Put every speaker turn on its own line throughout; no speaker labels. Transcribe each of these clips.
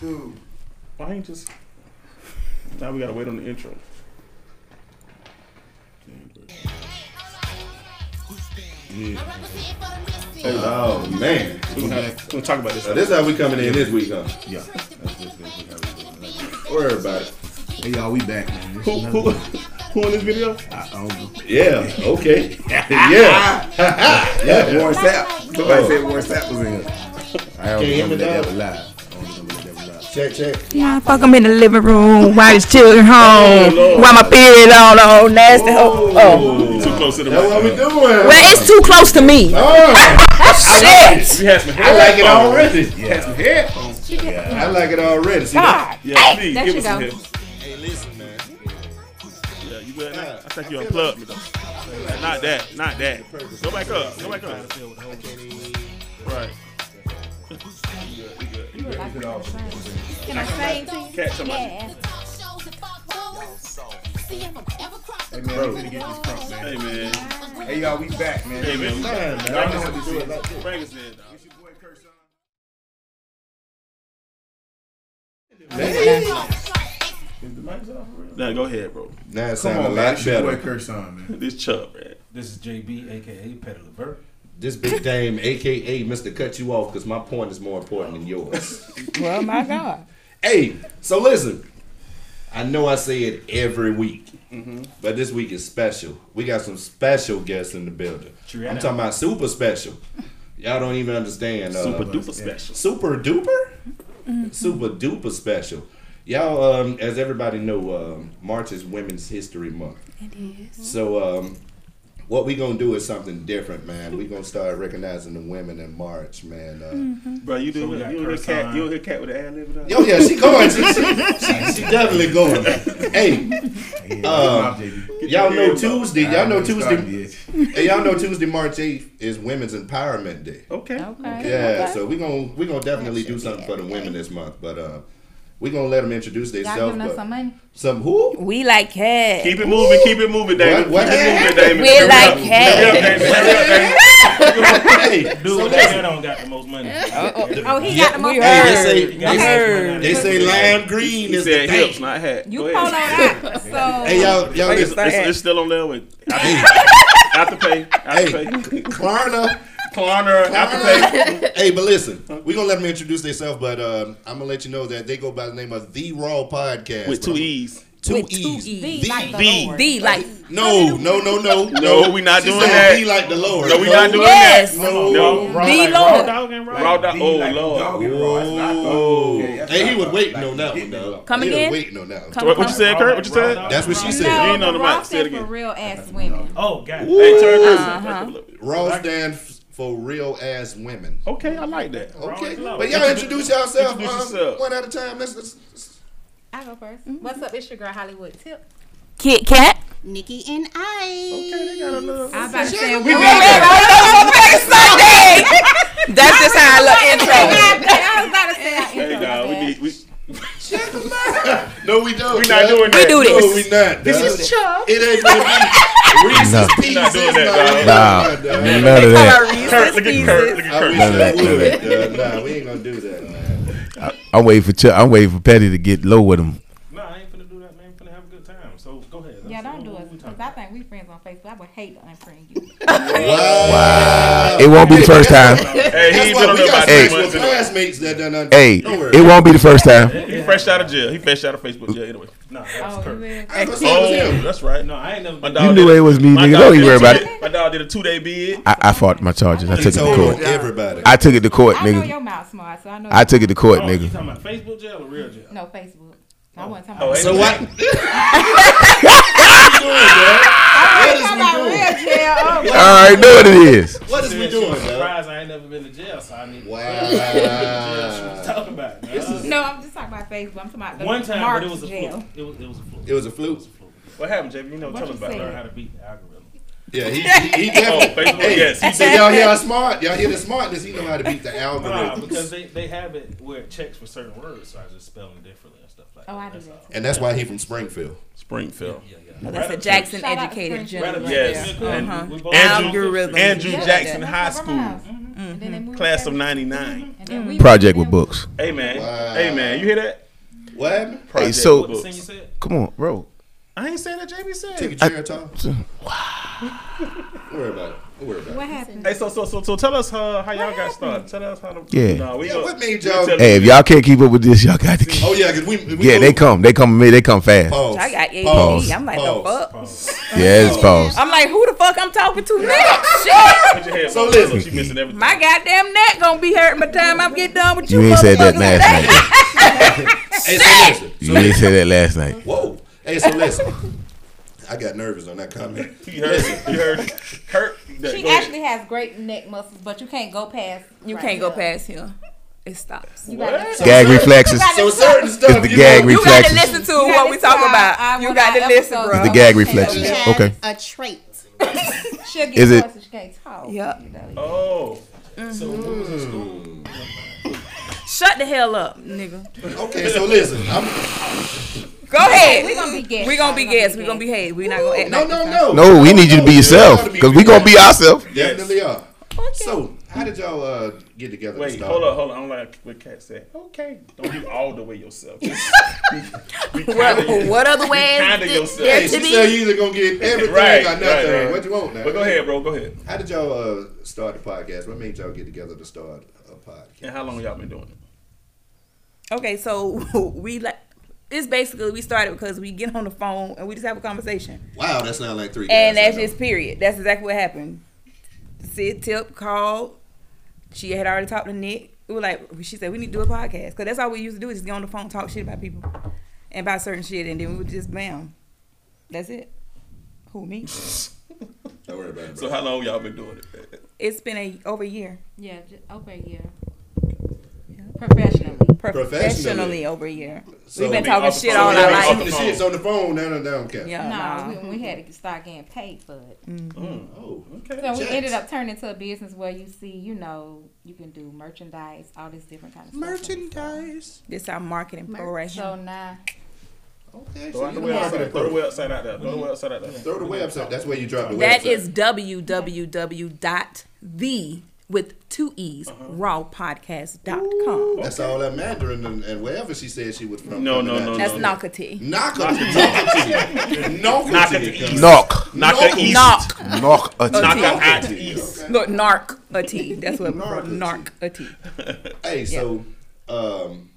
Dude.
Why ain't just now we gotta wait on the intro. Damn, bro. Yeah.
Oh man,
We're gonna, have- we're gonna talk about this.
so this how we coming in this week, huh?
Yeah.
Worry about it.
Hey y'all, we back, man. This
Who,
is
who,
another-
who in this video?
I, I don't know.
Yeah. Okay. yeah.
Yeah, Warren Sapp. Somebody
Oh.
said Warren Sapp was in here. I
Can't
don't
hear me,
remember that, that
dog.
was live. I don't remember that, that was live.
Check. Check.
Yeah, fuck him in the living room while his children home.
Oh, Lord.
while my period on, on nasty. Oh, oh.
You too close to the
That's what we
mic.
doing.
Well, it's too close to me.
Oh,
Shit.
You had some
I like it
headphones.
already. Yeah. Some headphones. I like it already. See that?
God.
Yeah,
Hey,
please
there
give
you
us some
go.
headphones.
Hey, listen, man.
Yeah, you good? now? I think you unplugged me though. Not that, not that. Go back up, go back up. Right. You good, you good, you good.
Can I sing to you?
Catch somebody.
Hey,
Man, we finna get this crunk, man.
Hey man,
Hey y'all, we back, man.
hey man.
man.
Bring
I know
us-
what this is like this.
bring us in, dog. Nah, go ahead, bro.
Now it
Come
sounds a
on, man.
lot
It's your boy
better.
Kershon, man.
This Chubb, man.
This is JB, aka Petty LeVert.
This big dame, aka Mr. Cut You Off, because my point is more important than yours.
Well, my God.
Hey, so listen. I know I say it every week, but this week is special. We got some special guests in the building.
True.
I'm talking about super special. Y'all don't even understand. Uh,
Super duper special.
Super duper? Super duper special. Y'all, um, as everybody know, um, March is Women's History Month. It is. So, um, what we gonna do is something different, man. We gonna start recognizing the women in March, man. Uh,
Bro, you do
we
you
got
don't hear
curse
cat
on.
you don't hear cat with the ad lib and all?
Oh yeah, she going. She, she, she, she definitely going. Hey,
Yeah, good
Uh,
job, JD.
y'all know Tuesday.
I
Y'all know
already started
Tuesday.
it.
Hey, y'all know Tuesday, March eighth is Women's Empowerment Day.
Okay.
Okay.
Yeah, so we gonna we gonna definitely do something for the women this month, but uh, we gonna let them introduce themselves. but
money?
some who?
We like cats.
Keep it moving, keep it moving, David.
what
keep it moving,
happened?
David.
We're
Hurry
like
up. Hurry up,
cats.
David. Hurry up, David.
hey,
Dude,
so
so
they,
that don't got the most money.
Oh, he got the most.
hey, they say
He
they,
got
say-
the most money out
they
of
say lime green
He
is the
said hips,
thing.
not hat.
You
Go
pull
ahead.
on out. So.
Hey y'all, y'all,
It's,
this,
it's, it's still on there with after pay, after
hey,
pay,
Klarna.
Klarner, after pay.
hey, but listen, we're gonna let them introduce themselves, but um, I'm gonna let you know that they go by the name of the Raw Podcast
with two
bro.
e's.
Two
With two
E's.
E's.
The-
D.
D like
no, no, no, no,
No, we not
She
doing
said
that.
Be like the Lord.
No, we not doing
yes,
that.
No.
No,
Raw
D
like
Lord.
Raw dog and raw.
Raw dog. Oh
Like the dog
lord.
and raw. It's not the-
Oh,
Yeah, that's
hey, he
not
was
the-
waiting
like,
on that
get
one,
the
though.
Come
he was
again?
waiting on that one.
Come-
What, what you said,
Raw
Kurt?
like
What you
raw
said?
dog.
That's what she said.
You ain't on the mic. Say it again.
real ass women.
Oh, God.
Hey, turn this.
Raw stands for real ass women.
Okay, I like that.
Okay,
Raw is
but y'all
low.
introduce yourself
Introduce
um,
yourself.
one at a time. Let's, let's, let's-
I go 1st What's up? It's your girl Hollywood Tip.
Kit Kat.
Nikki and I.
Okay, they got a little.
I about to say we
That's just how I love intro.
I was about to say I
Hey,
intro my
dog, we
bad.
need. We,
No, we don't.
we not doing
We
that.
do
No,
this.
we not. This
this.
It ain't gonna be Reese's
No.
Pieces.
Not doing
man.
that,
Nah, nah.
None of that.
Kurt, look at Kurt. Look at
I wish
Kurt.
that,
I
none of
would. Nah, nah, we ain't gonna do that, man.
I'm waiting for Ch- I'm waiting for Petty to get low with him.
No, I ain't finna do that, man. I'm finna have a good time. So go ahead.
Yeah, don't do
What
it
we
because
talking
I
about?
think we friends on Facebook. I would hate to unfriend Oh, you.
Wow. It won't be the first time.
Hey, he
That's
ain't
why
been on
we
there about
got
three
hey.
months.
with
anyway.
classmates that done done.
Hey,
Don't worry.
it won't be the first time.
He fresh out of jail. He fresh out of Facebook jail anyway.
Nah, that's
Oh, you
Kurt.
is.
I was
Oh,
him.
that's right.
No, I ain't never.
My
been-
dog
You knew
did a-
it was me,
my
nigga.
dog
Don't
did
even
a
worry about
two-day-
it.
My dog did a two day bid.
I, I fought my charges. I
He
took it to
told
court.
on everybody.
I took it to court,
I know
nigga.
your mouth smart, so I know.
I took it to court,
Oh, you
nigga.
talking about Facebook jail or real jail?
No Facebook. I wasn't talking
Oh,
about.
hey.
So what?
I
is
wasn't talking about
we doing?
real jail. Oh,
I already know what it is.
What is we
Shit,
doing,
she was
man?
surprised I ain't never been to jail, so I need. to jail. She was
Wow.
talking about it, man.
No, I'm just talking about Facebook. I'm talking about the
One time,
Mark's
but it was a
jail.
fluke. It was, it was a fluke.
It was a fluke.
What happened, JV? You know, tell
you
us about
say?
Learn
that.
how to beat the algorithm.
Yeah, he, he, he definitely.
Oh, Facebook, yes.
He said, y'all hear how smart? Y'all hear the smartness? He know how to beat the
Nah,
algorithm.
because they, they have it where it checks for certain words, so I just spell them differently and stuff like
Oh,
that.
I do
That's
that.
all.
and that's why he from Springfield.
Springfield.
Yeah, yeah.
Oh, that's a Jackson
Shout out
educated
Springfield.
gentleman. right
Yes.
there.
And
Uh-huh.
We both-
Algorithm.
Andrew
Yeah.
Jackson
That's Mm-hmm.
High
my grandma's.
School,
And then they moved
class of
there.
'99.
And then we-
Project with books.
Hey man,
Wow.
hey man, you hear that?
What happened?
Hey,
Project
so
What the singer
books.
said?
come on, bro.
I ain't saying that JB
Take a
said.
chair, Tom. Don't worry about it. Don't worry about
What
it.
happened?
Hey, so so so so tell us uh, how, how y'all got started. Tell us how the
Yeah.
Nah, we
Yeah,
go-
what made
we
y'all-
tell-
Hey, if y'all can't keep up with this, y'all got to keep.
Oh yeah, because we, we
Yeah, they
moved.
come. They come. They come fast.
Pause.
I got ADD.
Pause.
I'm like, the
Pause.
fuck?
Yeah, it's pause.
I'm like, who the fuck I'm talking to next?
Put
Shit.
your head
So
back.
listen.
she missing everything.
My goddamn neck gonna be hurting by the time I get done with you.
You ain't said that
motherfuckers.
last
Hey,
night.
so listen.
You ain't said that last night.
Whoa. Hey, so listen. I got nervous on that comment.
You heard it. You heard it. Hurt.
She actually has great neck muscles, but you can't go past.
You
right
can't go
here.
past here. It stops.
You gotta-
Gag reflexes.
So certain stuff.
It's the
you
gag
know,
we-
You gotta
Reflexes.
listen to
You
what
gotta
we talking
try. I
about.
will
You gotta
not
listen,
episode
bro.
It's the gag
She
reflexes.
has
Okay.
a trait.
She'll get
Is
Is
it-
so she can't talk.
Yep.
You know,
Oh.
Shut the hell up, nigga.
Okay, so listen. I'm,
Go ahead.
we gonna be guests.
We gonna be
Y'all gonna
guests.
be
We gonna be
guests.
hey. We not gonna act
no,
like
no, no.
No, we need you to be yourself because we gonna be ourselves.
Definitely are. So, how did y'all uh, get together?
Wait,
and
hold up, hold up. I'm like what Kat said. Okay, don't be all the way yourself.
what, what other way
kinda
is
yourself.
there
Hey,
to
she
be?
said you either gonna get everything
Right,
or nothing.
right, right.
What you want now?
But go ahead, bro. Go ahead.
How did y'all uh, start the podcast? What made y'all get together to start a podcast?
And how long y'all been doing it?
Okay, so we like it's basically we started because we get on the phone and we just have a conversation.
Wow, that sounds like three.
And
guys
that's
I know.
just period. That's exactly what happened. Sid Tip called. She had already talked to Nick. We were like, she said, we need to do a podcast. Because that's all we used to do is just get on the phone, talk shit about people and about certain shit. And then we would just, bam. That's it. Who, me?
Don't worry about it.
So
bro.
how long y'all been doing it?
It's been a over a year.
Yeah, just over a year. Professionally.
Professionally over a year.
So-
We've been
I mean,
talking
off the
shit
phone.
all
Yeah,
our
I mean, off the
life.
Even the
phone.
shit's on the phone. Now, now, now, okay.
Yeah, nah. Mm-hmm.
No, we, we had to start getting paid for it.
Oh,
So we
Jax.
ended up turning to a business where you see, you know, you can do merchandise, all this different kind of stuff.
merchandise.
This our marketing pro right
So
here.
now,
Okay,
Throw
so
out the
you know
website. Throw the
throw,
website out there. Throw the website out there.
throw the website. That's where you drop the
That
website.
is www.the with two e's
Uh-huh.
raw podcast.com.
That's all that Mandarin and, and wherever she said she was from.
No,
coming
no,
at
no,
you.
That's
no.
Nakati.
Knock on the Knock
Knock
on
at
the
the east.
Knock,
Knock the
No.
east.
Knock.
knock a
Knock
t-
her out the east.
Look, narc a T. That's what
Narc a
narc a T.
Hey, so um,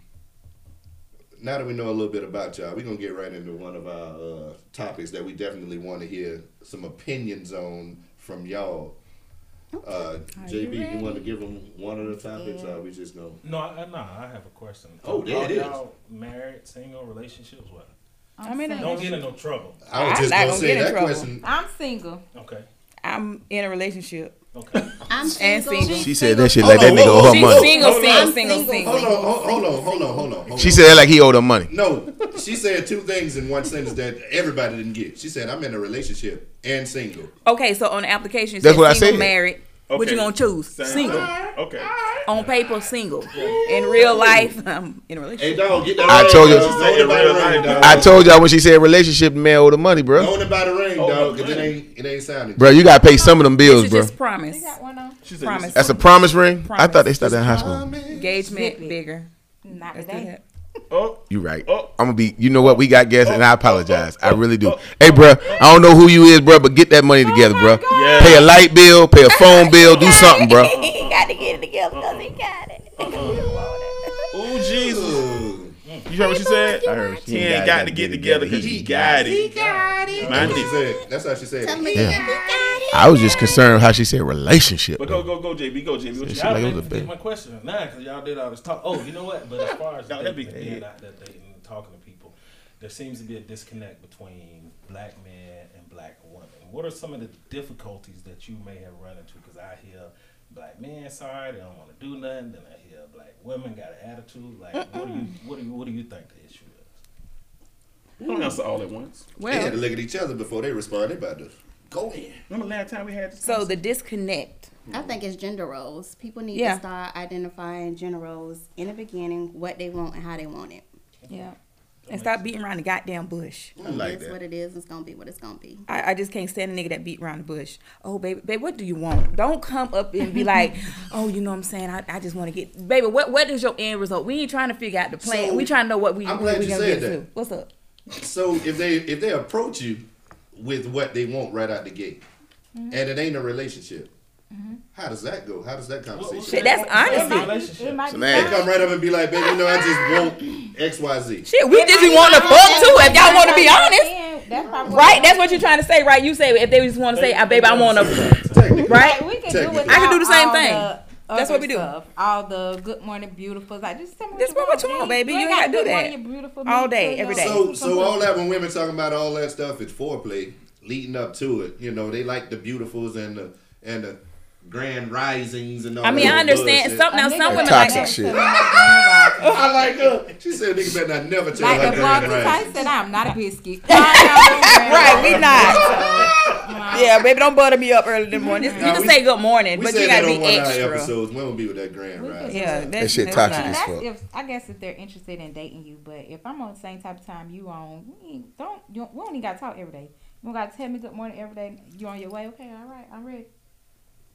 now that we know a little bit about y'all, we're gonna get right into one of our uh, topics that we definitely want to hear some opinions on from y'all. Uh, JB, you, want to give them one of the topics, or we just gonna?
No, I, I- nah, I have a question.
Oh, there
Are
it is.
y'all married, single, relationships, what?
I'm,
in a-
single.
Don't get in no trouble.
I was
I'm
just
not
gonna,
gonna
say
get in
that
trouble.
question.
I'm single.
Okay.
I'm in a relationship.
Okay.
I'm
And
single.
single.
She said that shit
Hold
like that
on,
nigga
whoa,
owe her
She's
money.
single, single,
I'm
single,
single.
Hold on,
single.
hold hold on, hold on, hold on. Hold
She
on.
said that like he owed her money.
No, she said two things in one sentence that everybody didn't get. She said, "I'm in a relationship and single."
Okay, so on the application, it
That's
says
what I said.
single, married. What
Okay.
you gonna choose?
Same.
Single.
Okay.
On paper, single. In real life, I'm in a
Hey,
relationship.
dog, get that.
I
ring,
told you-
dog.
She
said in
Don't nobody
real
ring,
life,
dog.
I told y'all when she said relationship, man owed her money, bro.
Don't about the ring, dog, because it ain't it ain't sounding.
Bro, you gotta pay some of them
This
bills,
is
bro.
just promise.
You got one on?
She said
Promise.
That's a promise ring. I thought they
Promise.
started in high school.
Engagement bigger.
Not
Let's do
today.
that.
Oh.
You right. I'm
Oh.
gonna be. You know what? We got guests, and I apologize. I really do. Hey,
oh,
bro. I don't know who you is, bro, but get that money together, bro.
Yeah.
Pay a light bill. Pay a phone bill. Do something, bro.
He got to get it together because he got it.
Ooh, Jesus.
Ooh.
You heard what she said?
I heard she
He
ain't
ain't got to get together because he got it.
Got it.
Man,
That's what she said. That's how she said.
Tell
it.
me
Yeah.
if you got it.
I was just concerned how she said relationship.
But go, go, go, JB. Go, JB. What you
She
Y'all
like, it
didn't
was a
forget
bit.
my question now because y'all did all this talk. Oh, you know what? But as far as
Nah, that'd be
dating,
good.
being out there dating and talking to people, there seems to be a disconnect between black men and black women. What are some of the difficulties that you may have run into? Because I hear black men sorry they don't want to do nothing. Then I hear black women got an attitude. Like, what do you what do you what do you think the issue is?
Don't answer all at once.
They had
Well,
to look at each other before they responded. They about to Go in.
Remember last time we had this?
So the disconnect.
I think it's gender roles. People need
Yeah.
to start identifying gender roles in the beginning, what they want and how they want it.
Yeah.
And stop beating around the goddamn bush.
I like
it's
that.
Oh, what it is. It's gonna be what it's gonna be.
I, I just can't stand a nigga that beat around the bush. Oh, baby, babe, what do you want? Don't come up and be like, oh, you know what I'm saying? I, I just want to get, baby, what what is your end result? We ain't trying to figure out the plan.
So,
we trying to know what we,
I'm
we,
glad
we
you
gonna
said
get to.
that.
What's up?
So if they if they approach you with what they want right out the gate,
Mm-hmm.
and it ain't a relationship, how does that go? How does that conversation?
Shit, that's
It's
honesty.
not a relationship.
might
So
be
They
now-
come right up and be like, baby, you know, I just want X, Y, Z.
Shit, we just be want to fuck too. If y'all want to be honest,
Then That's probably
right? That's what you're trying to say, right? You say if they just want to say, "Ah, I babe, I want to,
Technically,
right?
We can do
Technically.
without
I can do the same
all
thing.
the
That's
other
what we do.
Stuff, all the good morning beautifuls. Like just tell me what
Just
you
what- what
want,
you want,
G.
baby. You
ain't
ain't
gotta
gotta do
good
that.
morning, you beautiful,
All
beautiful,
day,
yo.
every day.
So, so all that when women talking about all that stuff is foreplay, leading up to it. You know, they like the beautifuls and the and the grand risings and all.
I mean,
that
I
bullshit.
understand. Some now
A nigga
some women
Toxic
like that.
shit.
I like her. She said, "Nigga, better not never tell
Like
her
the
grand
Walter
risings."
Tyson, I'm not a biscuit. right,
Right, we not. Yeah, baby, don't butter me up early in the morning. Just-
Nah,
you can
we-
say good morning,
We
but
said
you
that
gotta
on
be
one of our
extra.
episodes. Women be with that grand rising.
Yeah, that's,
shit
that's
toxic
not-
as
That's
fuck.
if I guess if they're interested in dating you, but if I'm on the same type of time you on, we ain't- don't you don't- we don't even gotta talk every day. You don't gotta tell me good morning every day. You on your way? Okay, all right, I'm ready.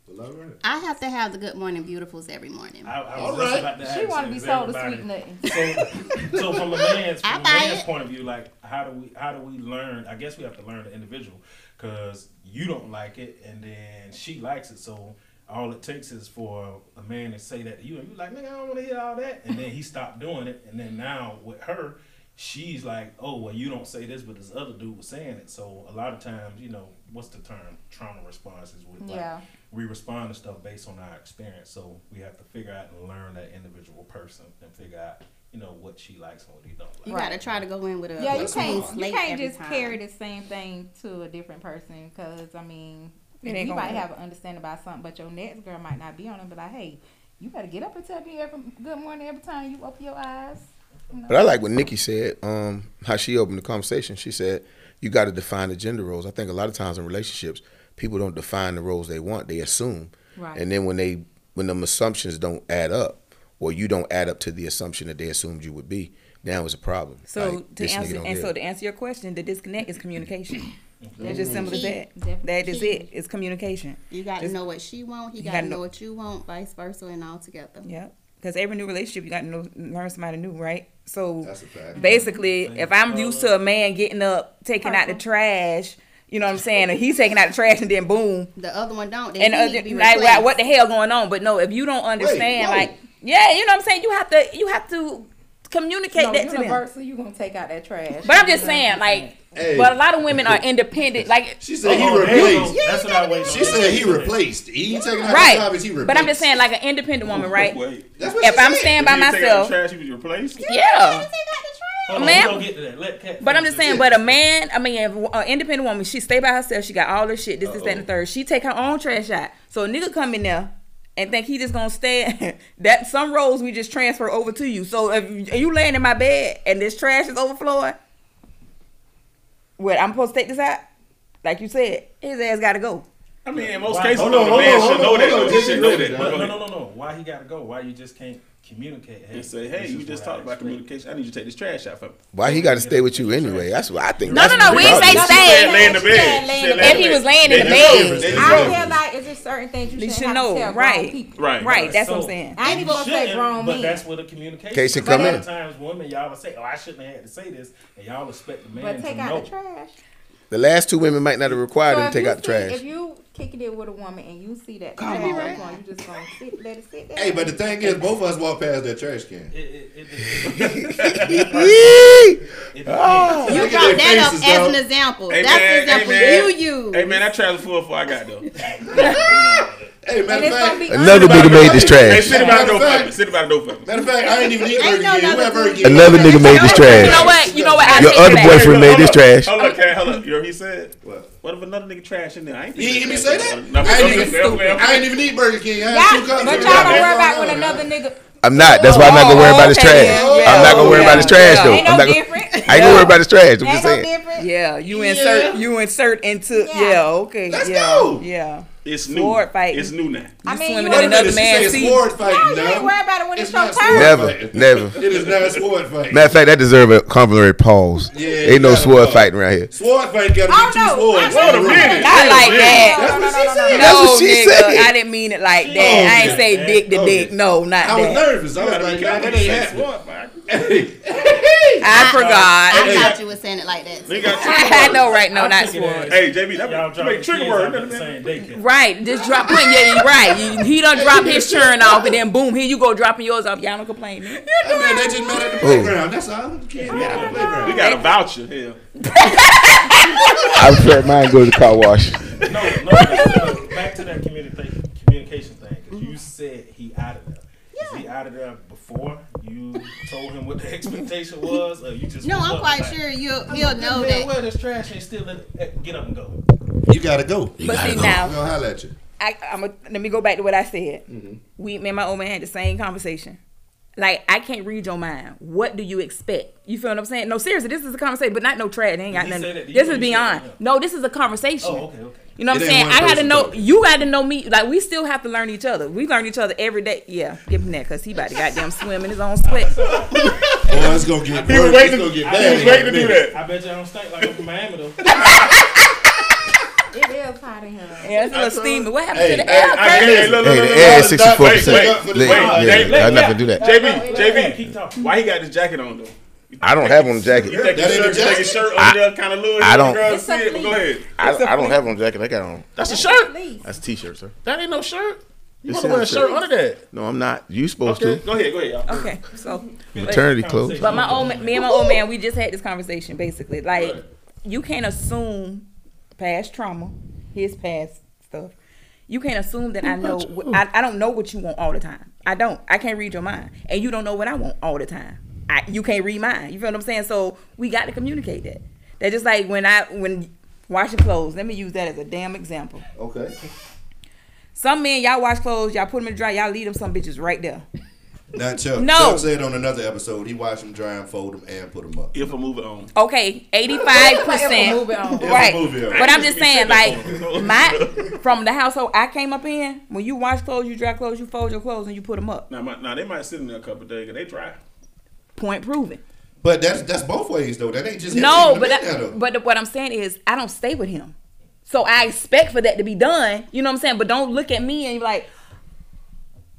Well, all right.
I have to have the good morning beautifuls every morning.
I, I
All
was just
right.
about to ask
She want to be
is
sold a
everybody-
sweet nothing.
So, so from a man's,
I
from a
buy
man's
it.
point of view, like how do we how do we learn? I guess we have to learn the individual because you don't like it, and then she likes it. So all it takes is for a man to say that to you, and you like, nigga, I don't want to hear all that, and then he stopped doing it, and then now with her. She's like, oh well, you don't say this, but this other dude was saying it. So a lot of times, you know, what's the term? Trauma responses with like,
Yeah.
we respond to stuff based on our experience. So we have to figure out and learn that individual person and figure out, you know, what she likes and what she don't like.
you gotta try to go in with a
Yeah, you
with a
can't you
slate
can't
every
just
time.
carry the same thing to a different person because I mean
It ain't
you
gonna
might
work.
have an understanding about something, but your next girl might not be on it. But like, hey, you better get up and tell me every good morning every time you open your eyes. You know?
But I like what Nikki said, um, how she opened the conversation. She said, you got to define the gender roles. I think a lot of times in relationships, people don't define the roles they want, they assume.
Right.
And then when they when them assumptions don't add up, or you don't add up to the assumption that they assumed you would be, now it's a problem.
So
Like,
to
this nigga
answer
don't
and
get
so
it.
to answer your question, the disconnect is communication. It's
Mm-hmm.
just simple as
Key.
that.
Definitely.
That is
Key.
it. It's communication.
You gotta
Just-
know what she want. He
you
gotta
gotta
know
know-
what you want, vice versa, and all together.
Yeah, because every new relationship you got to know, learn somebody new, right? So
That's a fact.
basically, if I'm used to a man getting up, taking out the trash, you know what I'm saying, and he's taking out the trash, and then boom,
The other one don't. Then
and
he need
other,
to be
like
replaced.
what- what the hell going on? But no, if you don't understand,
whoa.
like yeah, you know what I'm saying, you have to you have to communicate
No,
that to them.
universal, you gonna take out that trash.
But I'm just saying, like,
Hey.
but a lot of women are independent, like.
She said
Oh,
he
there you go.
replaced.
That's what I wait.
She said he replaced. He ain't taking out the
Right,
garbage. He replaced.
but I'm just saying, like an independent woman, right?
Wait.
That's what
if
she
I'm
said.
staying by
If you take out
myself,
the trash, you was replaced.
yeah.
Hold on,
Man.
we gonna get to that. Let Kat
But I'm
finish
just saying,
this.
but a man, I mean, an independent woman, she stay by herself. She got all her shit. This, this, that, and the third. She take her own trash out. So a nigga come in there and think he just gonna stay. that some roles we just transfer over to you. So if you laying in my bed and this trash is overflowing, what I'm supposed to take this out? Like you said, his ass gotta go.
I mean, in most
Why-
cases,
Hold
though,
on,
the
hold
man
on,
should
hold
know
on,
that.
hold on.
He should know
Wait,
that.
wait,
But
Go
no,
ahead.
no, no, no. Why he gotta go? Why you just can't communicate? Hey,
And say, hey,
this
you
is
just
what I
talked about
expect.
communication. I need you to take this trash out for me.
Why he got to stay with you anyway? That's what I think.
No,
that's
no, no, we ain't say
ridiculous.
stay.
She said lay in the
She said
bed. She
lay in
said
the
lay
If he was laying in the
That's
bed,
different. That's
I
different.
feel like it's just certain things you
You
shouldn't
should
have
know,
to tell grown
right.
people.
Right.
Right, that's what I'm
So,
saying.
I ain't even gonna say
shouldn't,
grown
But
men.
that's where the communication.
Casey,
But
come
a lot
in.
of Times women y'all will say, "Oh, I shouldn't have had to say this," and y'all expect the man
But take
to
out
know.
the trash.
The last two women might not have required
So
him
if
to take
you
out the
see-
trash.
If you kicking it with a woman and you see that trash right. going, you just gonna sit, let it sit there.
Hey, but the thing is, both of us walked past that trash can.
It, it, it, it,
Yee!
it
Ah,
Oh.
You
Look at their
brought that
faces,
up as
dog.
an example.
Hey,
That's
man,
the
hey,
example
man.
you use.
Hey man, that trash was full before I got though.
Hey,
and
matter of
it's gonna be
fact,
Another nigga made this
Hey,
trash.
sit about the door for me. Sit about the door for me.
matter of fact, I ain't even eat burger
Ain't no
again.
another
Whoever
dude.
again.
Another nigga made this
You know
trash.
what? You know what? I
Your
take
other
it back.
boyfriend made
Hold
this
up.
trash.
Hold up, Cat. Hold up. You heard he said?
What?
What if another nigga trash in there? I ain't
He
thinking
even say that? I
No,
ain't even
I'm- I'm- I'm-
I ain't even eat Burger King. I had
y'all,
two cups.
Ah, but y'all
of
don't
it.
worry about when
That's all I
another nigga.
I'm not. That's why I'm not gonna worry about his
okay,
trash.
yeah,
I'm not gonna worry
yeah,
about his trash
yeah.
though.
Ain't
I'm
no
not gonna-
different.
I ain't gonna worry about his trash. I'm
Ain't
just
no
saying.
difference.
Yeah, you
Yeah.
insert, you insert into.
Yeah.
Yeah, okay.
Let's
yeah,
go.
yeah.
It's new.
Sword fighting.
It's new now.
I
You
mean,
swimming
you
in
ain't-
another
She say
man's
it's
seat.
sword
No,
fighting.
you ain't worried about it when it's your
not sword
turn.
Never,
fighting.
never.
It is not a sword fight.
Matter of fact, that deserve a complimentary pause.
Yeah,
ain't no
gotta
sword
go.
fighting right here.
Sword fight gotta
Oh,
be two
no.
swords.
I
in
know.
the
Wait a
room.
minute.
Not like that.
That's what she said.
That's
No,
what she
nigga,
said.
I didn't mean it like that. I ain't
Oh,
say
yeah.
big to
Oh,
dick.
yeah.
No, not
I was
that.
nervous. I was like, nah, that ain't happening.
I forgot.
I
Hey.
thought you were saying it like that.
They
too.
got trigger
I
words.
know, right? No,
I'm
not
thinking that
sword.
Hey, JB, that
Y'all
you
dropping
make trigger
kids out of the
word.
same daycare.
Right, just drop one. Yeah, you're right. You- He done drop his churn off, and then boom, here you go dropping yours off. Y'all don't complain. man.
I mean, they just met at the playground. That's all. The kids met at the
We
playground.
got a voucher here.
I prefer mine go to the car wash.
No, no, no, no. Back to that communication communication thing. 'cause you said he out of there. Is he out of there before you told him what the expectation was, or you just?
No,
woke
I'm
up
quite
like,
sure you'll he'll know
Man,
that.
well, this trash and still let it, get up and go.
You gotta go. I'm
But see now,
gonna holler at you.
I, I'm a, let me go back to what I said.
Mm-hmm.
We, me and my old man had the same conversation. Like I can't read your mind. What do you expect? You feel what I'm saying? No, seriously, this is a conversation, but not no trash. They ain't got
He
nothing.
said it. He
This
said
is
it.
beyond.
Yeah.
No, this is a conversation.
Oh, okay, okay.
You know what
It
I'm
ain't
saying?
one
I gotta
person
know.
talking.
You gotta know me. Like we still have to learn each other. We learn each other every day. Yeah, give him that, cause he about to goddamn swim in his own sweat.
Boy, it's gonna get.
He was
worse. It's
waiting.
gonna
He
get
was
bad.
waiting to do that.
I bet you I don't stink like I'm from Miami though.
It is hot in here.
Yeah, it's a little steamy. What happened
Hey,
to the
hey,
air,
I
Curtis?
get it. Look, look,
Hey,
look,
the
look,
air
look.
is
Stop, wait, wait,
64%.
wait,
Lit.
wait,
Yeah,
wait, wait,
I'm not gonna
yeah.
do that.
JB,
keep
JB,
talking.
why he got the jacket on though?
I don't have on a jacket.
You take your
That ain't a
shirt, you take your
jacket.
shirt
I-
over there, kind of little.
I don't-
Girl,
It's
see it, but go
something.
ahead.
I, I don't have on a jacket. I got on.
That's a shirt.
Please.
That's a t-shirt, sir.
That ain't no shirt. You
It's
want to wear a
his
shirt
shirt.
under that?
No, I'm not. You supposed
Okay,
to.
go ahead, go ahead, y'all.
Okay, so
Maternity clothes.
But my old ma- me and my old man, we just had this conversation basically. Like you can't assume past trauma, his past stuff. You can't assume that I know. What, I, I don't know what you want all the time. I don't. I can't read your mind, and you don't know what I want all the time. I, you can't read mine. You feel what I'm saying? So we got to communicate that. That just like when I when washing clothes. Let me use that as a damn example.
Okay.
Some men, y'all wash clothes, y'all put them in the dryer, y'all leave them some bitches right there.
Not Chuck.
No.
Chuck said on another episode he watched them dry and fold them and put them up.
If I move it on.
Okay, eighty-five percent.
Move it on.
Right.
move it on.
But I'm just saying, like
Move it on.
my from the household I came up in. When you wash clothes, you dry clothes, you fold your clothes, and you put them up.
Now, my, now they might sit in there a couple of days 'cause they dry.
Point proven.
But that's that's both ways though. That ain't just
No,
him.
but
That-
I, but what I'm saying is I don't stay with him, so I expect for that to be done. You know what I'm saying? But don't look at me and be like,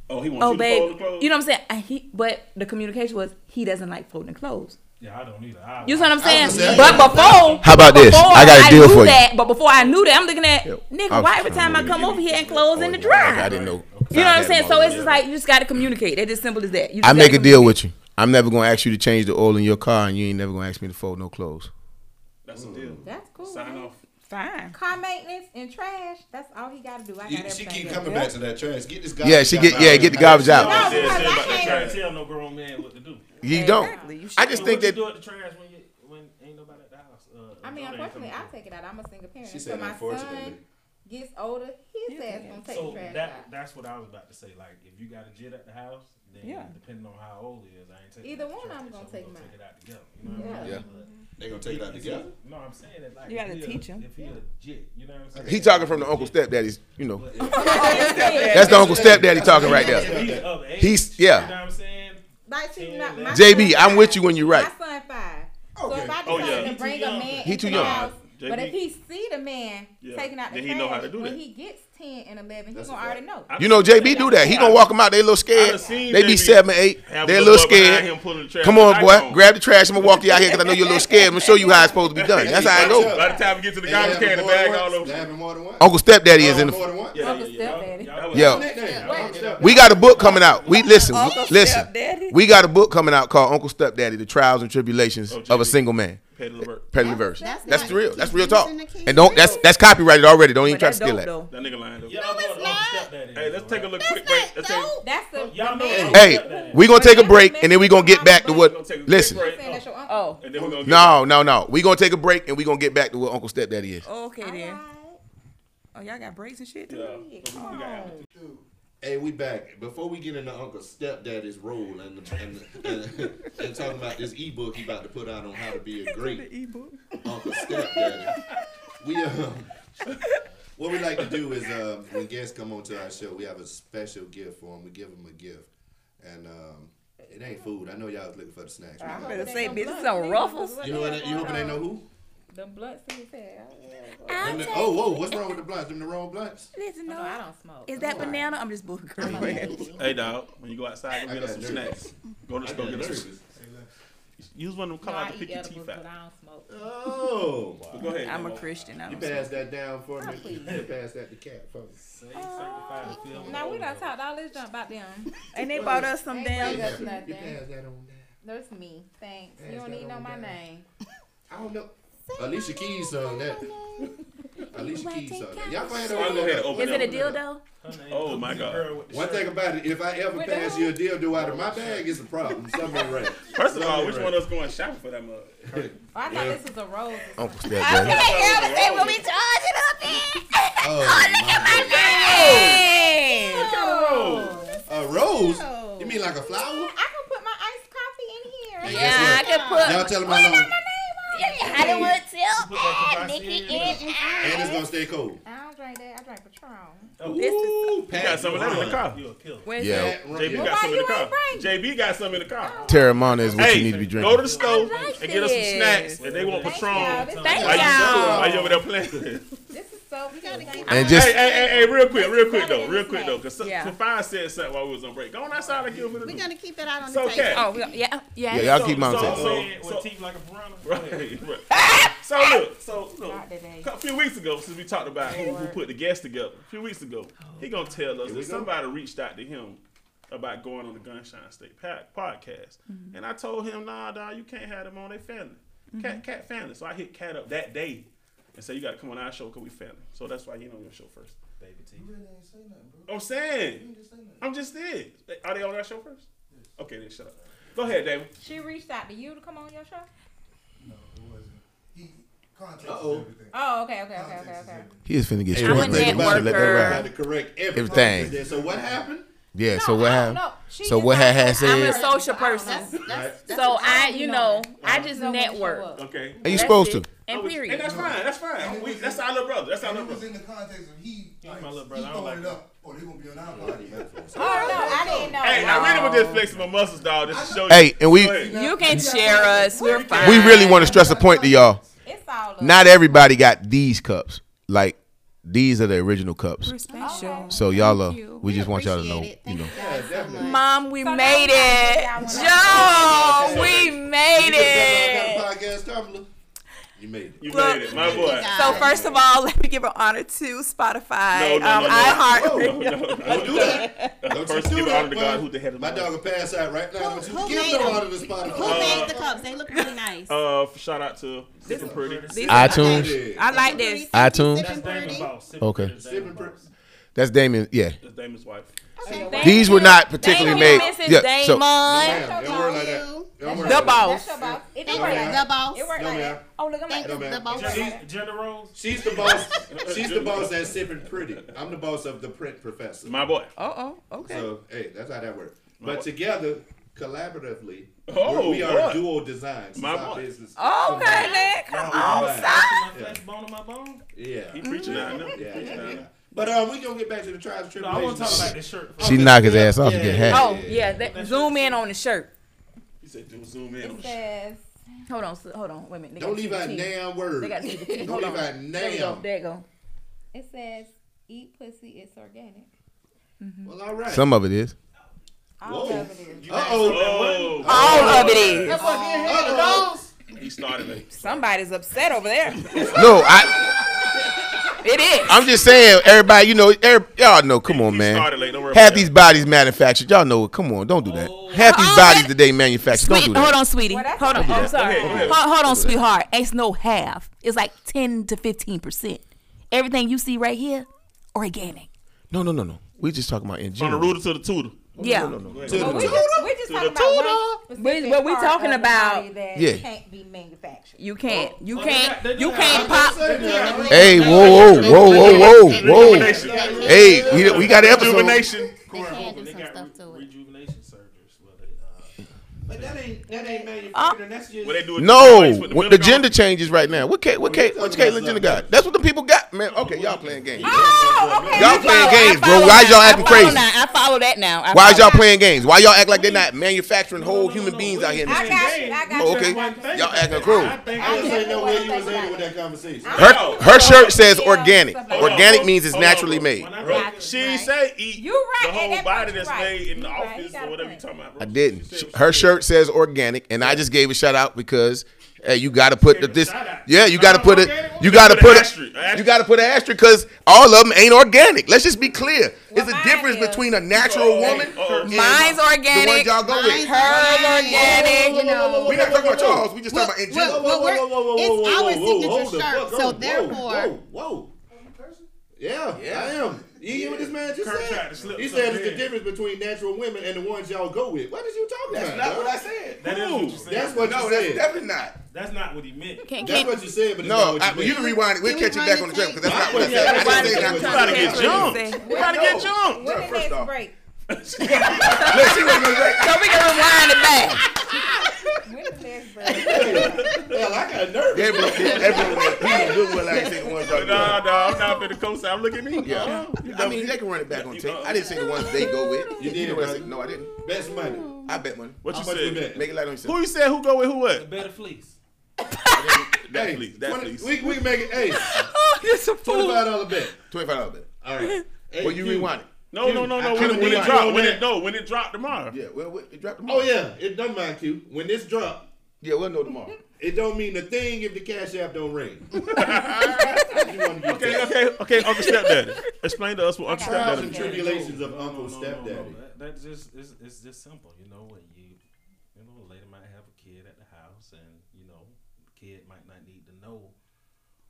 Oh, he wants
oh
you to
babe,
fold the clothes.
you know what I'm saying? I, he, but the communication was he doesn't like folding clothes.
Yeah, I don't either. I,
You see what I'm
I
saying?
was gonna say, I
But
got-
before,
How about this?
before
I got a deal
knew
for you.
that, But before I knew that, I'm looking at
I
nigga.
was
Why every
trying
time
to
I come over here and clothes in the
Okay, I
dryer?
didn't know.
You know what I'm saying? So it's
Yeah.
just like you just got to communicate. That's as simple as that. You just
I
gotta
make a deal
communicate.
with you. I'm never gonna ask you to change the oil in your car, and you ain't never gonna ask me to fold no clothes.
That's a deal.
That's cool.
Sign off.
Fine.
Car maintenance and trash. That's all he got to do. I got
You- she
everything.
keep
else.
coming back to that trash. Get this garbage.
Yeah, she get
out.
yeah, get the garbage
No,
out.
because
Yeah,
I
about that
can't.
trash.
tell no grown man what to do.
You don't.
Exactly. You should-
I just think
what
that
you do at the trash when you when ain't nobody at the house. Uh,
I mean,
Jordan ain't
unfortunately, I
coming.
take it out. I'm a single parent.
She
so
said
my
unfortunately.
son gets older, his ass gonna take
So
the trash
that
out.
that's what I was about to say. Like, if you got a jit at the house, then
Yeah.
depending on how old he is, I ain't taking
Either
out the
one of
trash,
them
so
gonna
we
take
gonna
mine.
Take it out together. You know what I mean?
Yeah. They gonna take it out together.
No, I'm saying that like
You gotta
if he a-
teach him.
If he a jit, you know what I'm saying.
he talking from the uncle stepdaddy's. You know,
Yeah.
that's the uncle stepdaddy talking right
If
there.
he's of age,
He's-
You know
yeah.
what I'm saying.
Like she's not my
JB,
son
I'm
five.
with you when you're right.
My son five. So
Okay.
if I decide
Oh, yeah.
to
He
too
bring a
young.
man
He
into
too
the
young.
house,
Yeah.
but
JB
if he see the man
Yeah.
taking out the
Then
trash,
he know how to do
when
that.
he gets ten and eleven, he's
That's
gonna
a
already know.
You know, JB do that. He gonna walk them out. They a little
I
scared.
done seen
They be
JB
seven, eight.
have
They a
a
little
little brother behind
scared.
him pulling the trash
Come
with
on,
an
boy.
iPhone.
Grab the trash. I'm gonna walk you out here because I know you're a little scared. I'm gonna show you how it's supposed to be done. That's how I go.
By the time we get to the garbage can, the bag all over.
They having more than one.
Uncle stepdaddy is in
More
the.
than one.
Yeah, yeah,
Uncle
yeah.
stepdaddy.
Y'all- y'all-
Yo,
Nickname.
Wait.
Uncle
we got a book coming out. We listen,
Uncle
listen.
Stepdaddy.
We got a book coming out called Uncle Stepdaddy: The Trials and Tribulations
Oh,
of a
JB.
Single Man.
Petty Levert.
Petty verse.
That's
That's,
not-
real. That's real
he's
talk.
using the key.
And don't. That's that's copyrighted already. Don't even
But
try to
that
steal that.
dope, though.
That nigga lying though.
Y'all know what
it's
Uncle
not.
Stepdaddy
Hey,
is,
let's
right?
take a little quick
That's
break.
not
Let's take,
dope.
That's the
Y'all know
the man.
that.
Hey, we gonna take a break and then we gonna get back to
we're gonna
what.
take a quick
Listen.
break.
Saying that's your uncle.
Oh,
And then we're gonna get
No, no, no. We gonna take a break and we gonna get back to what Uncle Stepdaddy is.
okay
All
then.
right.
Oh, y'all got breaks and shit too.
Yeah. We got-
Hey, we back. Before we get into Uncle Stepdaddy's role and and, and, and talking about this ebook he about to put out on how to be a great
ebook.
Uncle Stepdaddy, we um, what we like to do is uh, when guests come onto our show, we have a special gift for them. We give them a gift, and um, it ain't food. I know y'all was looking for the snacks.
I hope
better
it ain't
say,
no
bitch, this
blunts.
is on
Nigga,
Ruffles.
what
you know
the
what? I-
hell
You hoping
going
they know
on?
who?
Them blunts in his head.
Them the- oh, whoa! What's wrong with the blunts? Them the wrong blunts?
Listen,
No, I
no.
don't smoke.
Is that banana? I'm just bullshit. Go ahead.
Hey dog, when you go outside, go
I
get us some
got nervous.
snacks. Go to
I
go
got
get us. Some,
nervous.
use one of them
No,
come out
I
to
eat
pick your teeth
edibles, but
out.
I don't smoke.
Oh,
But Go ahead.
I'm a
Nemo.
Christian. I
you
don't
pass
smoke.
that down for
Oh,
me.
please.
You pass that to Cat for me.
Say certified to fill
Now we
with oatmeal.
done talked all this junk about them.
And they bought us some
Ain't
damn.
That's
You
nothing.
pass that on down.
That's me. Thanks.
Pass
You don't
that
need to know
on
my
down.
name.
I don't know. Alicia Keys sung that.
Oh,
Alicia Keys sung that. Y'all find
So I
out.
go ahead and open
Is it a
up.
dildo?
Her name
Oh,
is
my
the
God.
girl with the
One
shirt.
thing about it, if I ever
What the
pass
hell?
you a dildo out of my bag, it's a problem. Something ain't right.
First of all,
Something
which
ain't right.
one of us going shopping for that mug?
Oh, I thought
Yeah.
this was a rose.
Uncle
I
Stepdaddy.
can't ever say what we charging up here.
Oh, my
Hey!
Oh,
God. A rose? You mean like a flower?
I can put my iced coffee in here.
Yeah.
Yeah, I
Guess
could put.
Y'all tell them how long,
Hollywood tip
Put that
and Nikki
Kvassiere in.
in.
and it's gonna stay cold.
I don't drink that. I drink Patron.
This is.
Ooh,
You got some of that in the car.
You Oh, a killer.
Where's
Yeah.
JB
car.
got some in the
you
car.
ain't bring-
JB got some in the
Oh.
car.
Terramana is what you need to be drinking.
go to the store
I like
and get us some
this.
snacks, and they want
Thank
Patron.
y'all.
Are
This-
Thank
you,
y'all.
are you over there playing?
This is so we gotta get
And just
hey, hey, hey, hey, real quick, real quick though, real quick though, because
Yeah.
Fafine said something while we was on break. Go on outside and give him the.
We're gonna keep it out on
So
the table.
cat.
Oh, we got- yeah, yeah.
yeah, y'all keep mine
So- so-
With teeth like a piranha.
Right, right. so look, so
Not
look.
today.
A few weeks ago, since we talked about who, who put the guests together, a few weeks ago, he gonna tell us
Here
that
we go.
somebody reached out to him about going on the Gunshine State pa- podcast,
Mm-hmm.
and I told him, nah, nah, you can't have them on. They family, cat, cat family. So I hit cat up that day and said, you gotta come on our show because we family. So that's why he ain't on your show first.
Baby teeth.
I'm saying, I'm just there. Are they on our show first? Okay, then shut up. Go ahead, David.
She reached out to you to come on your show.
Uh-oh.
Oh, okay, okay, okay, okay, okay.
He is finna get
Hey,
straight
one thing
nigga. We
about
should
it,
let that
networker.
I had
ride.
to correct
Everything.
everything. So what happened?
Yeah, so
Oh, No,
what
I don't
happened?
know. She
so
just
what
not-
had had
I'm a
said?
social
I don't
person,
know.
Right.
so I, you know, I
I
just
don't know when she show
network.
up.
Okay.
And you
That's
supposed
it.
to.
And
Oh, And
period.
that's fine. That's fine. We, that's our little brother. That's our
And
little
it was
brother.
in the context of he,
my
like,
little
he
brother, I don't
throwing
like
it
him.
up, or they gonna be on our podcast.
Oh, no, I didn't know.
Hey, I really was just flexing my muscles, dog, just to show you.
Hey, and we
Go ahead.
You can share us. We're fine.
we really want to stress a point to y'all.
It's all up.
Not everybody got these cups. Like these are the original cups.
We're special.
So y'all are.
you.
We just want y'all to know.
Appreciate it.
You
Thank
know.
guys so much.
Mom, we
So
made
now
it.
y'all wanna-
Joe, we made it.
Podcast tumbler. You made it.
You made it, my boy.
So first of all, let me give an honor to
No,
Spotify,
no,
um,
no, no.
iHeart.
No, no, no.
Don't do that. Don't you
First,
do
give
that,
honor to God
boy.
who the head of
My
the-
dog will pass out right now. Don't
Who-
you
who
give
made
no
them?
honor to Spotify.
Who made the cups? They look really nice.
Uh, shout out to Super Pretty.
These-
iTunes.
Yeah.
I like this.
iTunes?
Sipping
Damon
pretty.
Boss. Sipping
Okay.
Pretty, Damon
Sipping
Boss.
Pretty.
That's Damien. Yeah.
That's Damon's wife.
Okay.
These were not particularly
Thank
made.
you, Mrs.
Yeah. So
Damon.
Ma'am, Don't worry like that. Don't worry
The
like that.
boss.
That's your boss. It
They
didn't
No,
were
work
ma'am.
like
the boss.
It worked
No,
like
ma'am.
that. Oh, look, I'm
Thank
like,
you, the boss.
Gender- Gender roles.
She's the boss. She's the boss that's sipping pretty. I'm the boss of the print professor.
My boy.
Oh, oh, okay.
So hey, that's how that works. But together, collaboratively,
Oh,
we- we are
boy.
dual design. Since
My
our
boy.
business.
Okay, man. Come on,
Right.
son.
My
Yeah.
flesh bone on my bone.
Yeah.
He preaching out now.
Yeah, yeah, yeah. But um, we gonna get back to the tribes
No, I
tribulations.
want to talk about this shirt. first.
she knock his ass off and get
Yeah.
hacked.
Oh, yeah. That, zoom in on the shirt.
He said, "Do zoom in."
it
on shit."
says,
Hold on, sis- hold on. Wait a minute. They
Don't
gotta
leave
see the
out
teeth.
damn
They
word.
got to see the teeth.
Don't
Hold
leave
on.
out
There you go.
damn.
There you go.
it says, eat pussy, it's organic.
Well, all right.
Some of it is.
All
Whoa.
of it is.
Uh oh.
Oh,
All of it is.
he started it.
Somebody's upset over there.
No, I.
It is.
I'm just saying, everybody. You know, every, y'all know. Come on,
he
man.
Started late. Don't worry
Half
about
these
that.
bodies manufactured. Y'all know it. Come on, don't do that. Half these
Uh-uh,
bodies
that-
today manufactured. Don't do
Hold
that.
on, sweetie.
Well, that's
hold on.
okay.
I'm sorry.
Go ahead, go ahead.
Hold, hold on, sweetheart. It's no half. It's like 10 to 15%. Everything you see right here, organic.
No, no, no, no. We just talking about in
From the
general.
rooter to the tutor.
yeah.
But we just, we just talking about one
We-
specific
what we
part
talking
of the body
about-
that
Yeah.
can't be manufactured.
You can't. You
oh,
can't.
they do
You
that.
can't pop.
Hey, whoa, whoa, whoa, whoa, whoa, whoa.
Rejuvenation.
Hey, we, we got an episode.
Rejuvenation.
Uh,
The next year,
What they do? with
No,
the, with
what
vinegar
the gender
on
changes right now. What Kate, what Kate, what Caitlyn Jenner got? That's what the people got, man. Okay, y'all playing games.
oh, okay.
Y'all
I
playing
follow- I
games, bro.
follow
Why is y'all
that. I
acting
follow
crazy?
that. I follow that now. I
Why is
follow
y'all
that.
playing games? Why y'all act like they're not manufacturing
it? No,
whole
no,
human
no,
beings
we
out here? In
ain't
this
I
shit.
got
saying
you, I got
games.
you.
That's
Okay.
one thing.
Y'all acting a crew.
I think
I just
that's-
ain't know where you was at with that conversation.
Her her shirt says organic.
Hold on.
Organic means it's
Hold on,
naturally
bro.
made.
Oh, When I
Bro.
think- She say eat
You right,
the
and
whole
that
body
part
that's
you right.
made in the
You right, he
office
got
or
a
whatever you
point.
talking about. Bro.
I
She
didn't.
said what
Her
she
shirt says organic, and I just gave a shout out because hey, you got to put the,
Gave a
this.
shout out.
Yeah, you got to
Oh,
put it.
organic?
You got to
Put an
put it.
asterisk, an asterisk.
You got to put an asterisk because all of them ain't organic. Let's just be clear. It's a
mine
difference
is-
between a natural woman.
did. Uh-uh.
Mine's
The ones
organic.
y'all go
Hers
with. Oh,
organic.
You know.
We're not talking about y'all's. We just
Well,
talking about in
well,
general.
well, we're- it's our
hold
signature
the
shirt,
fuck up.
so
Whoa,
therefore,
whoa, whoa. Yeah, I am. You hear what this man just
Kurt tried
said?
to slip
He said it's the
something in.
difference between natural women and the ones y'all go with. What is you talking about? dog?
said.
That is what you said.
That's what
No,
you
that's
said.
definitely not.
That's not what he meant.
oh,
Can-
that's
can-
what you said, but it's
No,
not
I,
what
you
you
can
meant.
rewind it. We'll
Can we
catch it
run
back
the
on the trail
tape?
because that's
Why
not what I said. I
would you run
didn't say not
the
to
You
tape?
run
gotta
the
get
tape.
jumped. You gotta get
No.
jumped.
When the
first
next
off.
break?
Look, she wasn't gonna break.
So we can rewind it back.
When the next break?
Hell, I got nervous.
Everyone, everyone, went, he was good with like taking one shot.
Nah, nah, I'm not finna co sign. Look at me.
Yeah.
Uh-uh. You
I
dumb.
mean, they can run it back on tape. I didn't say the ones they go with.
You did,
know what
brother.
I said? No, I didn't.
Best money.
I bet money.
What you
How much we
said?
bet?
Make it light on yourself.
Who you said who go with who what?
Better fleece.
That
Hey,
please. That
20
please.
We, we can make it, hey,
Oh, this a fool.
$25 bet.
Twenty-five dollars.
All right. Hey,
Well, you
Q.
rewind it.
No, no, no, no.
I
When,
couldn't
it- when it
rewind.
dropped, when
Rewind.
it no, when it dropped tomorrow.
Yeah. Well, we- it dropped tomorrow.
Oh, yeah. It don't mind, Q. When this drop,
Yeah, we'll know tomorrow.
it don't mean a thing if the cash app don't ring. You wanna get
Okay,
that.
okay, okay, Uncle Stepdaddy. Explain to us what Uncle
Trials
Stepdaddy
and
means.
tribulations of
No,
Uncle
no, no, no,
Stepdaddy.
That, that's just it's, it's just simple, you know. When you you know, a lady might have a kid at the house, and you know, the kid might not need to know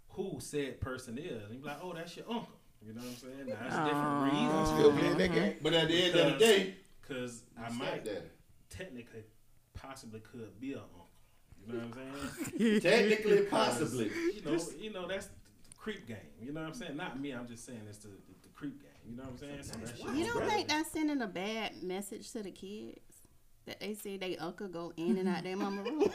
who said person is. And you be like, oh, that's your uncle. You know what I'm saying? Now, it's different reasons.
Still playing that game.
But at the end of the day,
Because I might
stepdaddy.
technically, possibly could be an uncle. You know what I'm saying?
Technically, possibly.
you know, you know that's the creep game. You know what I'm saying? Not me. I'm just saying it's the, the creep game. You know what I'm saying? So that's
You
just
don't
relevant.
think that's sending a bad message to the kids that they see they uncle go in and out their mama room?
Between-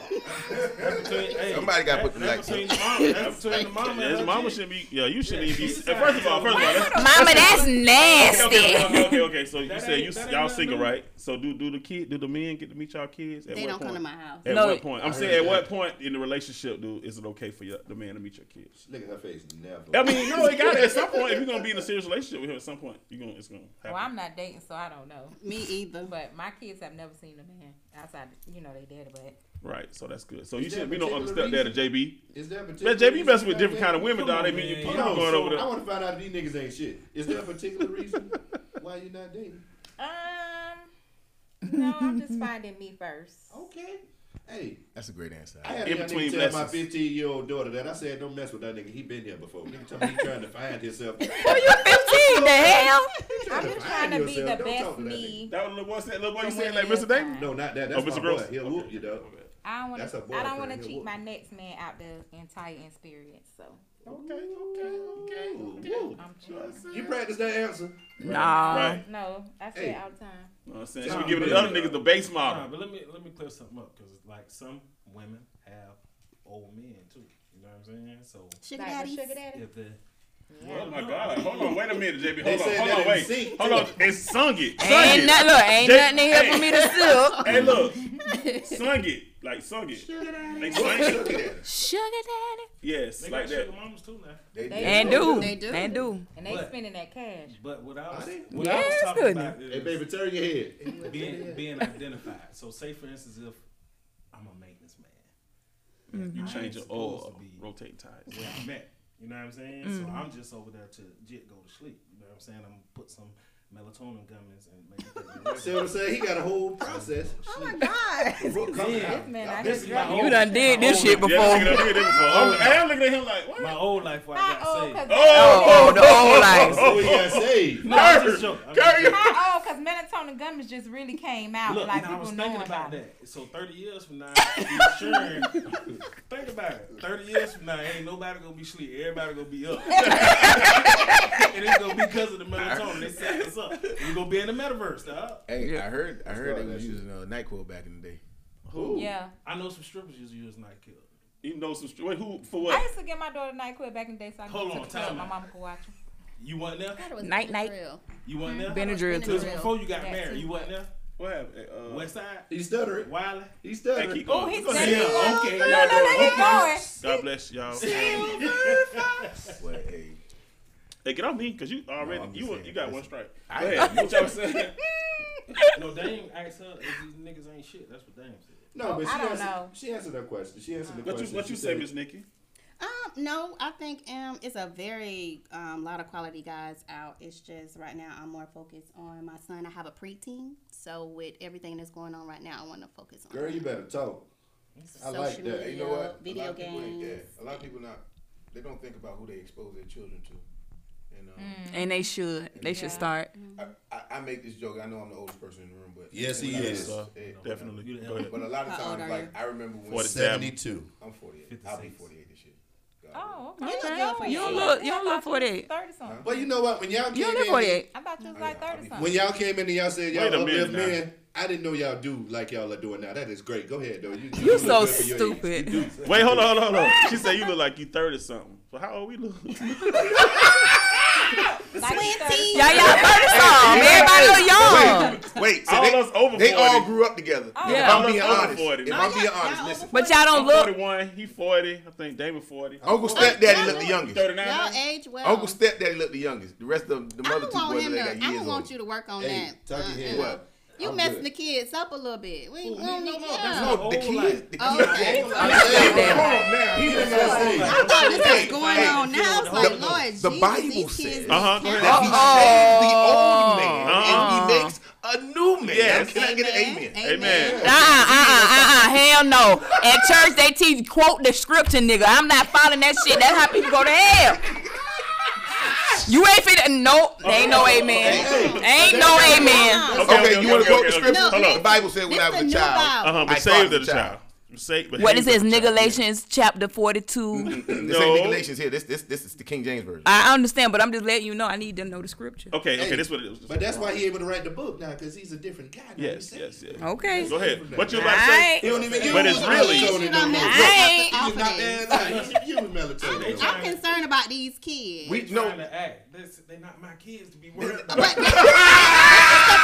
hey,
Somebody gotta
that-
put the
that's
black
between the mama. That's between the mama.
Yeah,
and
his
her
mama
kid.
shouldn't be. Yeah, you shouldn't even be.
She
First of all, first of all, that's,
Mama, that's
okay, okay,
nasty.
okay, okay, okay. So you
That
said
ain't-
you
that ain't
y'all
nothing
single,
new.
right? So do do the kid do the men get to meet y'all kids? At
they
what
don't
point?
come to my house.
At
No.
what point? I'm saying at what point in the relationship, dude, is it okay for your, the man to meet your kids?
Look at her face. Never.
I mean, no, it got to at some point. If you're gonna be in a serious relationship with him, at some point, you're gonna it's gonna happen.
Well, I'm not dating, so I don't know.
Me either.
But my kids have never seen a man outside, you know, they daddy. But
right, so that's good. So you
Is there
should
a
we don't
particular
understand that, JB.
Is there a particular
Man, JB
reason
messing with
about
different
that?
kind of women,
Come
dog. They
on,
mean you
man.
keep
Hold on,
going
so
over
I
there.
want to find out if these niggas ain't shit. Is there a particular reason why you're not dating?
um, no, I'm just finding me first.
Okay. Hey,
That's a great answer.
I had
In
a young
between
nigga tell my
lessons.
15 year old daughter that I said, don't mess with that nigga. He been here before. Nigga tell me he trying to find himself. He
Who you 15? The hell?
I'm
to
just
find
trying to be
yourself.
the
Don't talk
best
to that
me.
That was the one said, little boy, you
From
saying
when
like
it is
Mr. Davis.
fine.
No, not that.
Oh,
That's
Mr.
my
Gross.
boy. He'll whoop you, dog.
I don't want
That's
to.
a
I don't want to
boyfriend.
cheat my next man out the entire experience. So
Okay, okay, okay. Woo.
I'm cheating.
You practice that answer.
Nah.
Right.
No, I say
Hey.
all the time.
You know what I'm saying?
Nah,
She be giving the
man.
other niggas the base
Nah,
model.
but let me let me clear something up because like some women have old men too. You know what I'm saying? So
Sugar
Like the
daddies.
sugar daddy.
if the
Oh my God! Hold on, wait a minute, JB.
They
Hold on,
said
hold
that
on,
in
wait,
sync,
hold
too.
on. It's sung it, sung
Ain't
it.
nothing. Look, ain't
Jay-
nothing here for
hey.
me to suck.
Hey, look, sung it, like sung it. They sung it.
Sugar daddy.
Yes,
they
like
got
that.
sugar mamas too now.
And
They
do.
They do.
And do.
And they
What?
spending that cash.
But what I was,
they-
what I was
Yes,
talking
goodness.
about is
Hey, baby, turn your head.
being being identified. So say for instance, if I'm a maintenance man,
You change Oh, your
supposed
oil,
to be-
rotate tires.
where I'm at. You know what I'm saying? So
Mm.
I'm just over there to jet go to sleep. You know what I'm saying? I'm gonna put some melatonin gummies and make it take me rest.
See what I'm saying? He got a whole process.
God.
The rook coming out.
This man, I
This
just
is my
got
Oh You
whole-
done did this shit
Oh, Yeah, that nigga
before.
done did that before. I'm, I'm looking at him like, what?
my old life where I
how
got
old?
saved.
Cause
Oh, the old life.
Oh, he got saved.
No, I'm just joking. I'm just
Curry.
joking.
Oh.
how old? Cause melatonin gummies just really came out.
Look,
like
and I was
people knowing
thinking
about,
about
it.
that. So 30 years from now, insurance. think about it. 30 years from now, ain't nobody gonna be sleep. Everybody gonna be up. and it's gonna be because of the melatonin. They set us up. We gonna be in the metaverse, dog.
Hey, I heard, I
go
heard they
with
was
that
using uh, Nyquil back in the day.
Who?
Yeah.
I know some strippers used to use night kill.
You know some. stri- Wait, who for
I
what?
used to get my daughter night quit back in the day, so I could
Hold
go to
on,
the club.
time
My
out.
mama could watch her.
You wasn't there.
thought it was
Night, night.
Benadryl.
You wasn't there.
Benadryl.
Benadryl
It
Benadryl.
was
too.
before you got
That
married.
too.
You wasn't there.
What happened? Uh,
West Side.
He stuttered.
Wiley.
He
Hey,
stuttered.
keep
Oh,
going.
he's
Go
dead.
ahead.
Oh,
Okay.
no,
y'all
no, no,
doing okay.
he's going.
God bless y'all. hey,
Well, hey,
get off me, cause you already
No, I'm just
you were-
saying,
you got one
listen.
strike. Go ahead. You know what I'm saying?
No, Dame asked her if these niggas ain't shit. That's what Dame said.
No,
Oh,
but she
I don't
answered,
know.
She answered that question. She answered the
What
question.
you what
She
you say,
said-
Miss Nikki?
Um, no, I think um, it's a very um, lot of quality guys out. It's just right now I'm more focused on my son. I have a preteen, so with everything that's going on right now, I want to focus on.
Girl, you
that.
better talk. I
Social
like that.
You know what? a
Video
lot of people ain't
games.
that. A lot of people not. They don't think about who they expose their children to. And um,
And they should. They should start.
I, I, I make this joke. I know I'm the oldest person in the room, but
Yes, he
Yeah,
is.
so, yeah,
Definitely.
You the
Go ahead.
But a lot of
How old
times,
are
like
you?
I remember when
Forty.
Seventy-two.
I'm 48. I'll be
56.
48 this year. God
Oh, okay.
You look
Okay.
good for
You
your
don't
age.
look. You don't look forty-eight.
Thirty something.
But you know what? When y'all
You
came
don't look
in,
forty-eight.
I thought you was
Oh,
like
yeah, I'll
thirty
be-
something.
when y'all came in and y'all said y'all
Wait a
uplift
minute now.
men, I didn't know y'all do like y'all are doing now. That is great. Go ahead though. You, you
You
look
so
good for your age.
stupid.
Wait, hold on, hold on, hold on. She said you look like you thirty something. So how old we look?
Like you 30.
Preteen.
Y'all, y'all thirty something. Everybody look young.
Wait, so
All
they,
us over
they all
40.
grew up together.
Yeah.
If I'm
All
being
us over
honest,
40.
if
Now
I'm being
y'all-
honest,
y'all
listen.
But y'all don't
I'm
look.
forty-one. He forty. I think Damon forty.
Uncle Stepdaddy looked the
You
youngest.
Thirty-nine.
Y'all
now?
age well.
Uncle Stepdaddy looked the youngest. The rest of the
I
mother
don't
two
want
boys
him
they got
to. I
years
don't want
old.
you to work on
Hey,
that.
tuck your head
Uh-uh.
up.
You
I'm
messing
good.
the kids up a little bit. We, we
no,
don't need
no,
yeah.
that's not-
No, the kids. The kids.
Oh, Okay.
Hold
I
on
Goddamn.
now. He was
Hey,
like,
I thought this
Hey,
was going
hey,
on now. I was like,
the-
Lord,
the
Jesus,
Bible
these kids
says-
need
Uh-huh, go
counsel.
ahead.
Oh,
that he saved the old man
Uh-huh,
Uh-huh.
and he
Uh-uh.
makes a new man.
Yes.
Can I get an amen?
Amen.
Uh uh uh uh uh. Hell no. At church they teach quote the scripture, nigga. I'm not following that shit. That's how people go to hell. You ain't fit. Nope. There ain't no amen. Ain't no amen.
Okay,
Okay,
you
okay, okay,
want to quote the
okay.
scripture?
Hold on.
The Bible said when
This
I
the
was a
new
child.
Bible.
Uh-huh.
I
But saved
fathered
as a
the
child.
child.
Saved. but
What it
hated as
says,
a
nigga,
child.
Galatians chapter 42.
This ain't
No.
Galatians here. This this this is the King James version.
I understand, but I'm just letting you know I need to know the scripture.
Okay, okay,
Hey,
this what it is.
But that's why he able to write the book now, because he's a different guy. now.
yes,
He
yes, yes.
Oh,
Okay.
Go ahead. What you
All
about to say?
right.
He don't even use
But it's really-
melatonin no more.
I ain't-
I
He's not there. Like, he use melatonin. no more.
I'm concerned about these kids.
We
Trying
no.
to act. This, they not my kids to be worried about.
but see, that's why.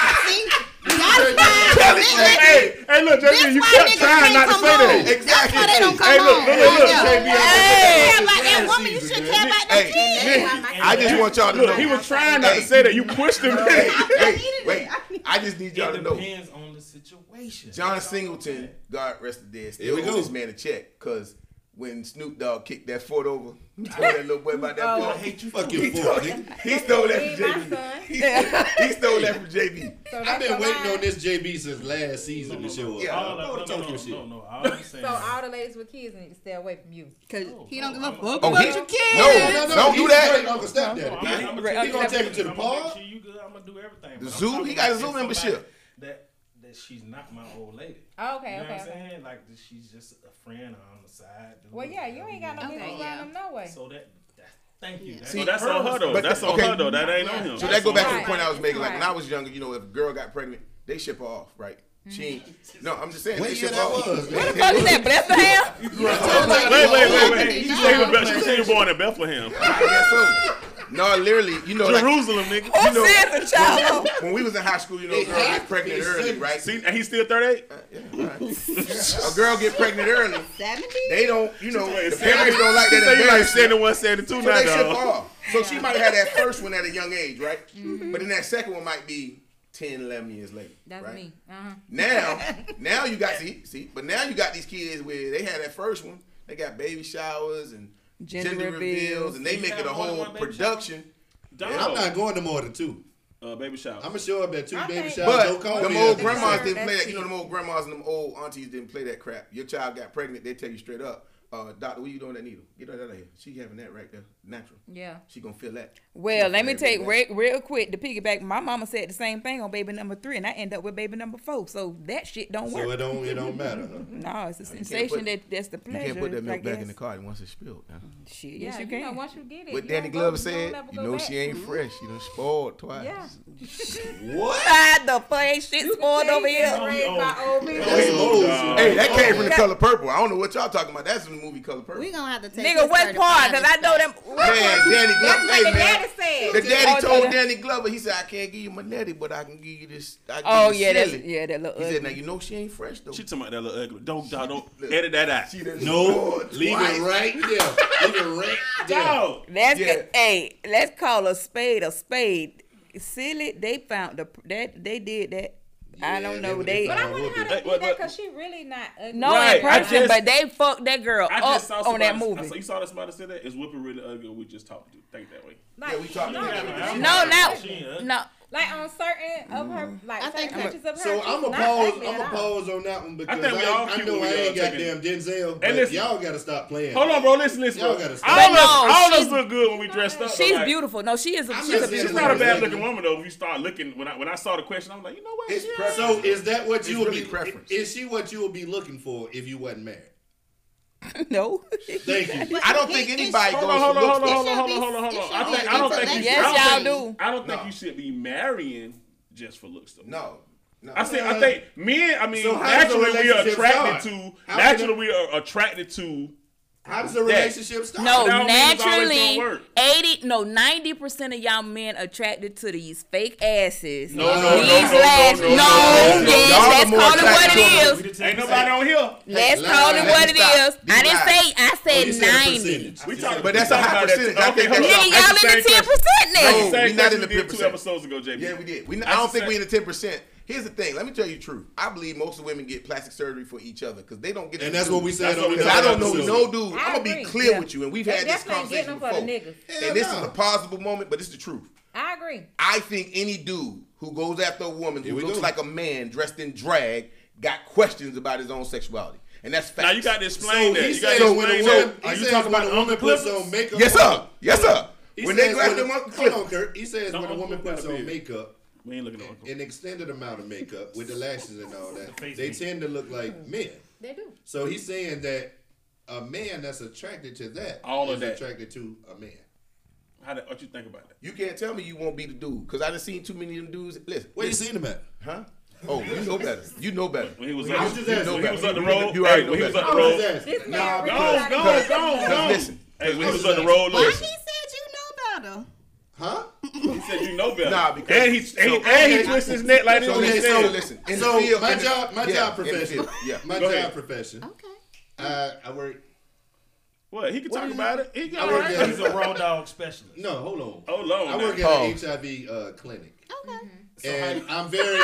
Hey, hey, look, JB,
That's
you
why
kept
niggas
trying not
can't
to
come
say
home.
that.
That's why they don't come
Hey, look,
home.
look, look, look,
Yeah.
JB.
You
Hey.
care about that woman. You
Season,
should
man.
care about that
Hey,
kid.
I just want y'all to know.
Look, he was trying not to say that. You pushed him.
Hey,
needed
wait.
it. I needed-
I just need y'all
It
to know.
depends on the situation.
John Singleton, God rest the dead,
Here
still
we
owes
go.
this man a check because when Snoop Dogg kicked that fort over, he told that little boy about that
I
Oh,
fort.
hate you.
Fuck
Fuck
your
He
fork,
stole,
nigga.
he stole that
Ain't
from
my
JB.
son.
He stole, he stole that from JB.
So
I've
that's
been
a
waiting
lie.
on this JB since last season Oh, to show up.
Yeah.
I
All
don't
no,
know
no,
what
no,
I'm
no,
talking
no,
about.
no. All I'm saying.
So all the ladies with kids need to stay away from you.
Cause he don't give a
I'm-
fuck
Oh,
about
he-
your kids.
no.
No, no,
Don't
he's
do that.
straight Uncle Stepdaddy.
I'm,
man.
I'm
Right,
He gonna take him to the
park.
park.
You good? I'm gonna do everything.
The
But I'm
zoo?
talking
He got a
about
zoo
if somebody
membership.
That that she's not my old lady.
Oh, okay,
you know
okay,
What I'm
okay.
saying like that she's just a friend or on the side. dude,
Well, yeah, you
whatever
ain't got no
want.
business
Okay,
around
yeah.
them no way.
So that, that thank you. That's,
See,
So Oh, that's on her though.
But-
That's on
okay.
her though. That ain't on him.
So
That's
that go
on
back
her.
to the point I was
Right.
making. Like when
Right.
I was younger, you know, if a girl got pregnant, they ship her off, right?
Mm.
She ain't. No, I'm just saying.
What
they
year
ship her
that
off.
was?
What
man?
the fuck is that? Bethlehem?
Wait, wait, wait, wait.
Right.
You say you were Beth- you say you were born in Bethlehem,
I guess so. No, literally, you know, like,
Jerusalem, nigga.
you
Who
know,
said the child?
when we was in high school, you know, a girl get pregnant early, right?
See, and he's still 38.
A girl get pregnant early,
Seventy.
they don't, you know,
Wait,
the
see,
parents don't like
You
that
say you like 71,
embarrassment.
72
So
now,
they ship her
dog.
off. So she might have had that first one at a young age, right? But then that second one might be 10, 11 years later.
Mm-hmm. That's
right?
me. Uh-huh.
Now, now you got see, see, but now you got these kids where they had that first one. They got baby showers and gender,
Gender
reveals,
reveals.
and they
You
make it
have
a
more than
whole
one baby shower?
production.
I'm
Dog.
not going to more than two.
Uh, baby shower.
I'm gonna show up at two
I
baby
think-
showers.
But
Don't call
them
me.
old
after
grandmas
that.
didn't play
That's
that. You know, them old grandmas and them old aunties didn't play that crap. Your child got pregnant, they tell you straight up. uh, doctor, what you doing with that needle? Get that out of here. She having that right there, natural.
Yeah.
She gonna feel that.
Well, let me
Very
take
relaxed.
real, real quick to piggyback. My mama said the same thing on baby number three, and I end up with baby number four. So that shit don't
So
work.
it don't it don't matter. huh?
no, it's a
can't
sensation
put-
that that's the
You
pleasure.
can't put that
I
milk back
guess.
in the carton once it's spilled. Now.
Shit,
Yeah,
yes, you,
know,
can.
once you get it,
What
you
Danny
don't go-
Glover
you don't
said,
never
you
go
know
back.
she ain't fresh. You done spoiled twice.
Yeah.
What?
Why the fuck ain't shit spoiled over here?
Raised by old people.
That's old.
Hey,
Oh,
that came from the
Yeah.
color purple. I don't know what y'all talking about. That's from the movie Color Purple.
We gonna have to take
Nigga,
this
what part?
certified
Because I know them.
Man, Danny
That's
Glover.
what
Hey,
the
man.
daddy said.
The daddy
Oh,
told
that-
Danny Glover, he said, I can't give you my netty, but I can give you this. I can
Oh
give you
yeah, that's,
silly.
yeah, that look
He said, now
ugly.
you know she ain't fresh, though.
She talking about that little ugly. Don't, dog, don't edit that out.
She done
No,
scored
leave
twice.
it right there. Leave it right there.
Dog.
Let's
Yeah.
get, hey, let's call a spade a spade. Silly, they found the that they did that. I don't know they.
But I wonder how they
Hey,
did
what-
that
what-
because she really not ugly.
No,
Right,
in
I
person,
just-
but they fucked that girl
I
up
just saw
Oh, on
somebody,
that
I saw,
movie.
you saw that somebody said that? Is whipping really ugly or we just talked to Think that way.
like,
Yeah, we talking
no,
about
like,
it.
like,
No,
I
not
saw she ain't
no.
like on certain of her, like
I think
certain pictures of her.
So
she's
I'm a
not
pause.
ugly
I'm
at
a
all.
pause on that one because I,
think we all
I
cute
know
when
I
we all
ain't
taking-
goddamn Denzel, but
listen.
y'all gotta stop playing.
Hold on, bro. Listen, listen.
Y'all
Bro.
gotta stop.
All,
But
of us,
no,
all of us
she's-
look good when we dressed up. though,
She's
like,
beautiful. No, she is. A,
I'm
she's a
just
beautiful.
She's not a bad looking woman though. When you start looking, when I when I saw the question, I'm like, you know what?
It's
She ain't-
So
preference.
is that what
It's
you would
really
be?
preference.
Is she what you would be looking for if you wasn't married?
No.
Thank you.
I don't think
It- it's-
anybody
Hold
goes
on, hold on, hold on, hold
for looks.
on, hold on,
It should
hold on, hold
be- it
on. I
should
think
be
I don't think you. I
intellectual.
Yes,
don't
y'all
think-
do.
I don't think
No.
you should be marrying just for looks though.
No. no.
I said, I think men. I mean,
So how does a
naturally we are
relationship
attracted
start?
to.
How
Naturally
can
we are attracted to.
How does a relationship start?
No,
That don't mean it's always
naturally,
gonna work.
eighty, no, ninety percent of y'all men attracted to these fake asses.
No, no, no,
these
no,
lads-
no,
no,
no, no, no.
Y'all
yes,
are more
let's call it what
attracted to
it
them.
is.
Ain't nobody on here.
Let's
lie.
call it
Let
what
me
it
stop.
is. I
You
didn't
lie.
say. I
Oh,
said
you said a
ninety.
percentage.
We
You
talking,
said
But that's
we
a
talking
high
about that-
percentage. I
okay,
think
hold
that's
on.
Nigga, y'all
That's the
in
same
the ten
question.
percent
No.
now.
Same
We not in
question
the
we did two
10%.
episodes ago, JB.
Yeah, we did. We,
That's
I don't
the
think we
same-
in the ten percent. Here's the thing. Let me tell you the truth. I believe most of women get plastic surgery for each other because they don't get.
And
the
that's what we
dudes.
said
That's
on
what
the
Because I don't know
episode.
no dude.
I
I'm gonna be
agree,
clear
yeah.
with you, and we've
They
had this
definitely ain't getting
conversation
them for
before.
the niggas.
And this
Hell
is
no.
a plausible moment, but it's the truth.
I agree.
I think any dude who goes after a woman
Here
who
we
looks
go.
like a man dressed in drag got questions about his own sexuality, and that's facts.
Now you got to
So
explain that.
he
You got
says
to
when a
explain that.
woman,
Are
he
you
says
talking
when
about
a
the
woman puts
clippers?
on makeup.
Yes, sir. Yes, sir.
He
when
says
they go after
when-
them Uncle
hold on,
Cliff.
Kurt. He says
Don't
when a woman
Uncle Cliff
puts
got a
on
beard.
makeup,
We ain't looking at Uncle.
an extended amount of makeup with the lashes and all that,
face
they
paint.
tend to look like men.
Mm. They do.
So he's saying that a man that's attracted to that
All of
is
that.
attracted to a man.
How the, what you think about that?
You can't tell me you won't be the dude because I done seen too many of them dudes. Listen,
Where you seen him at?
huh? Oh, you know better. You know better.
When he was
I
up,
was just
when
asking.
he was up the
You
road.
know better.
hey, when he was up
I
the
was
road.
just
This
asking.
man
Nah,
really
nah.
Go,
got it.
go, go,
Because
go.
listen.
Hey, when he was on the road,
Why he
listen.
said you know better?
Huh?
He said you know better.
Nah, because-
and he
so-
and, he- and
okay.
he twists his neck like this.
So
when he
listen,
said
so
it.
listen. In
so
the field,
my
in the-
job, my
yeah,
job
in the
profession.
field, Yeah.
My
Go
job
ahead.
profession.
Oh.
Okay.
I, I work.
What? He can talk
is
about
it?
it. He
I
all
work
right.
at-
He's a raw dog specialist.
No, hold on.
Oh,
Hold on
I
now.
work
Paul.
at an HIV uh, clinic,
Okay.
and I'm very.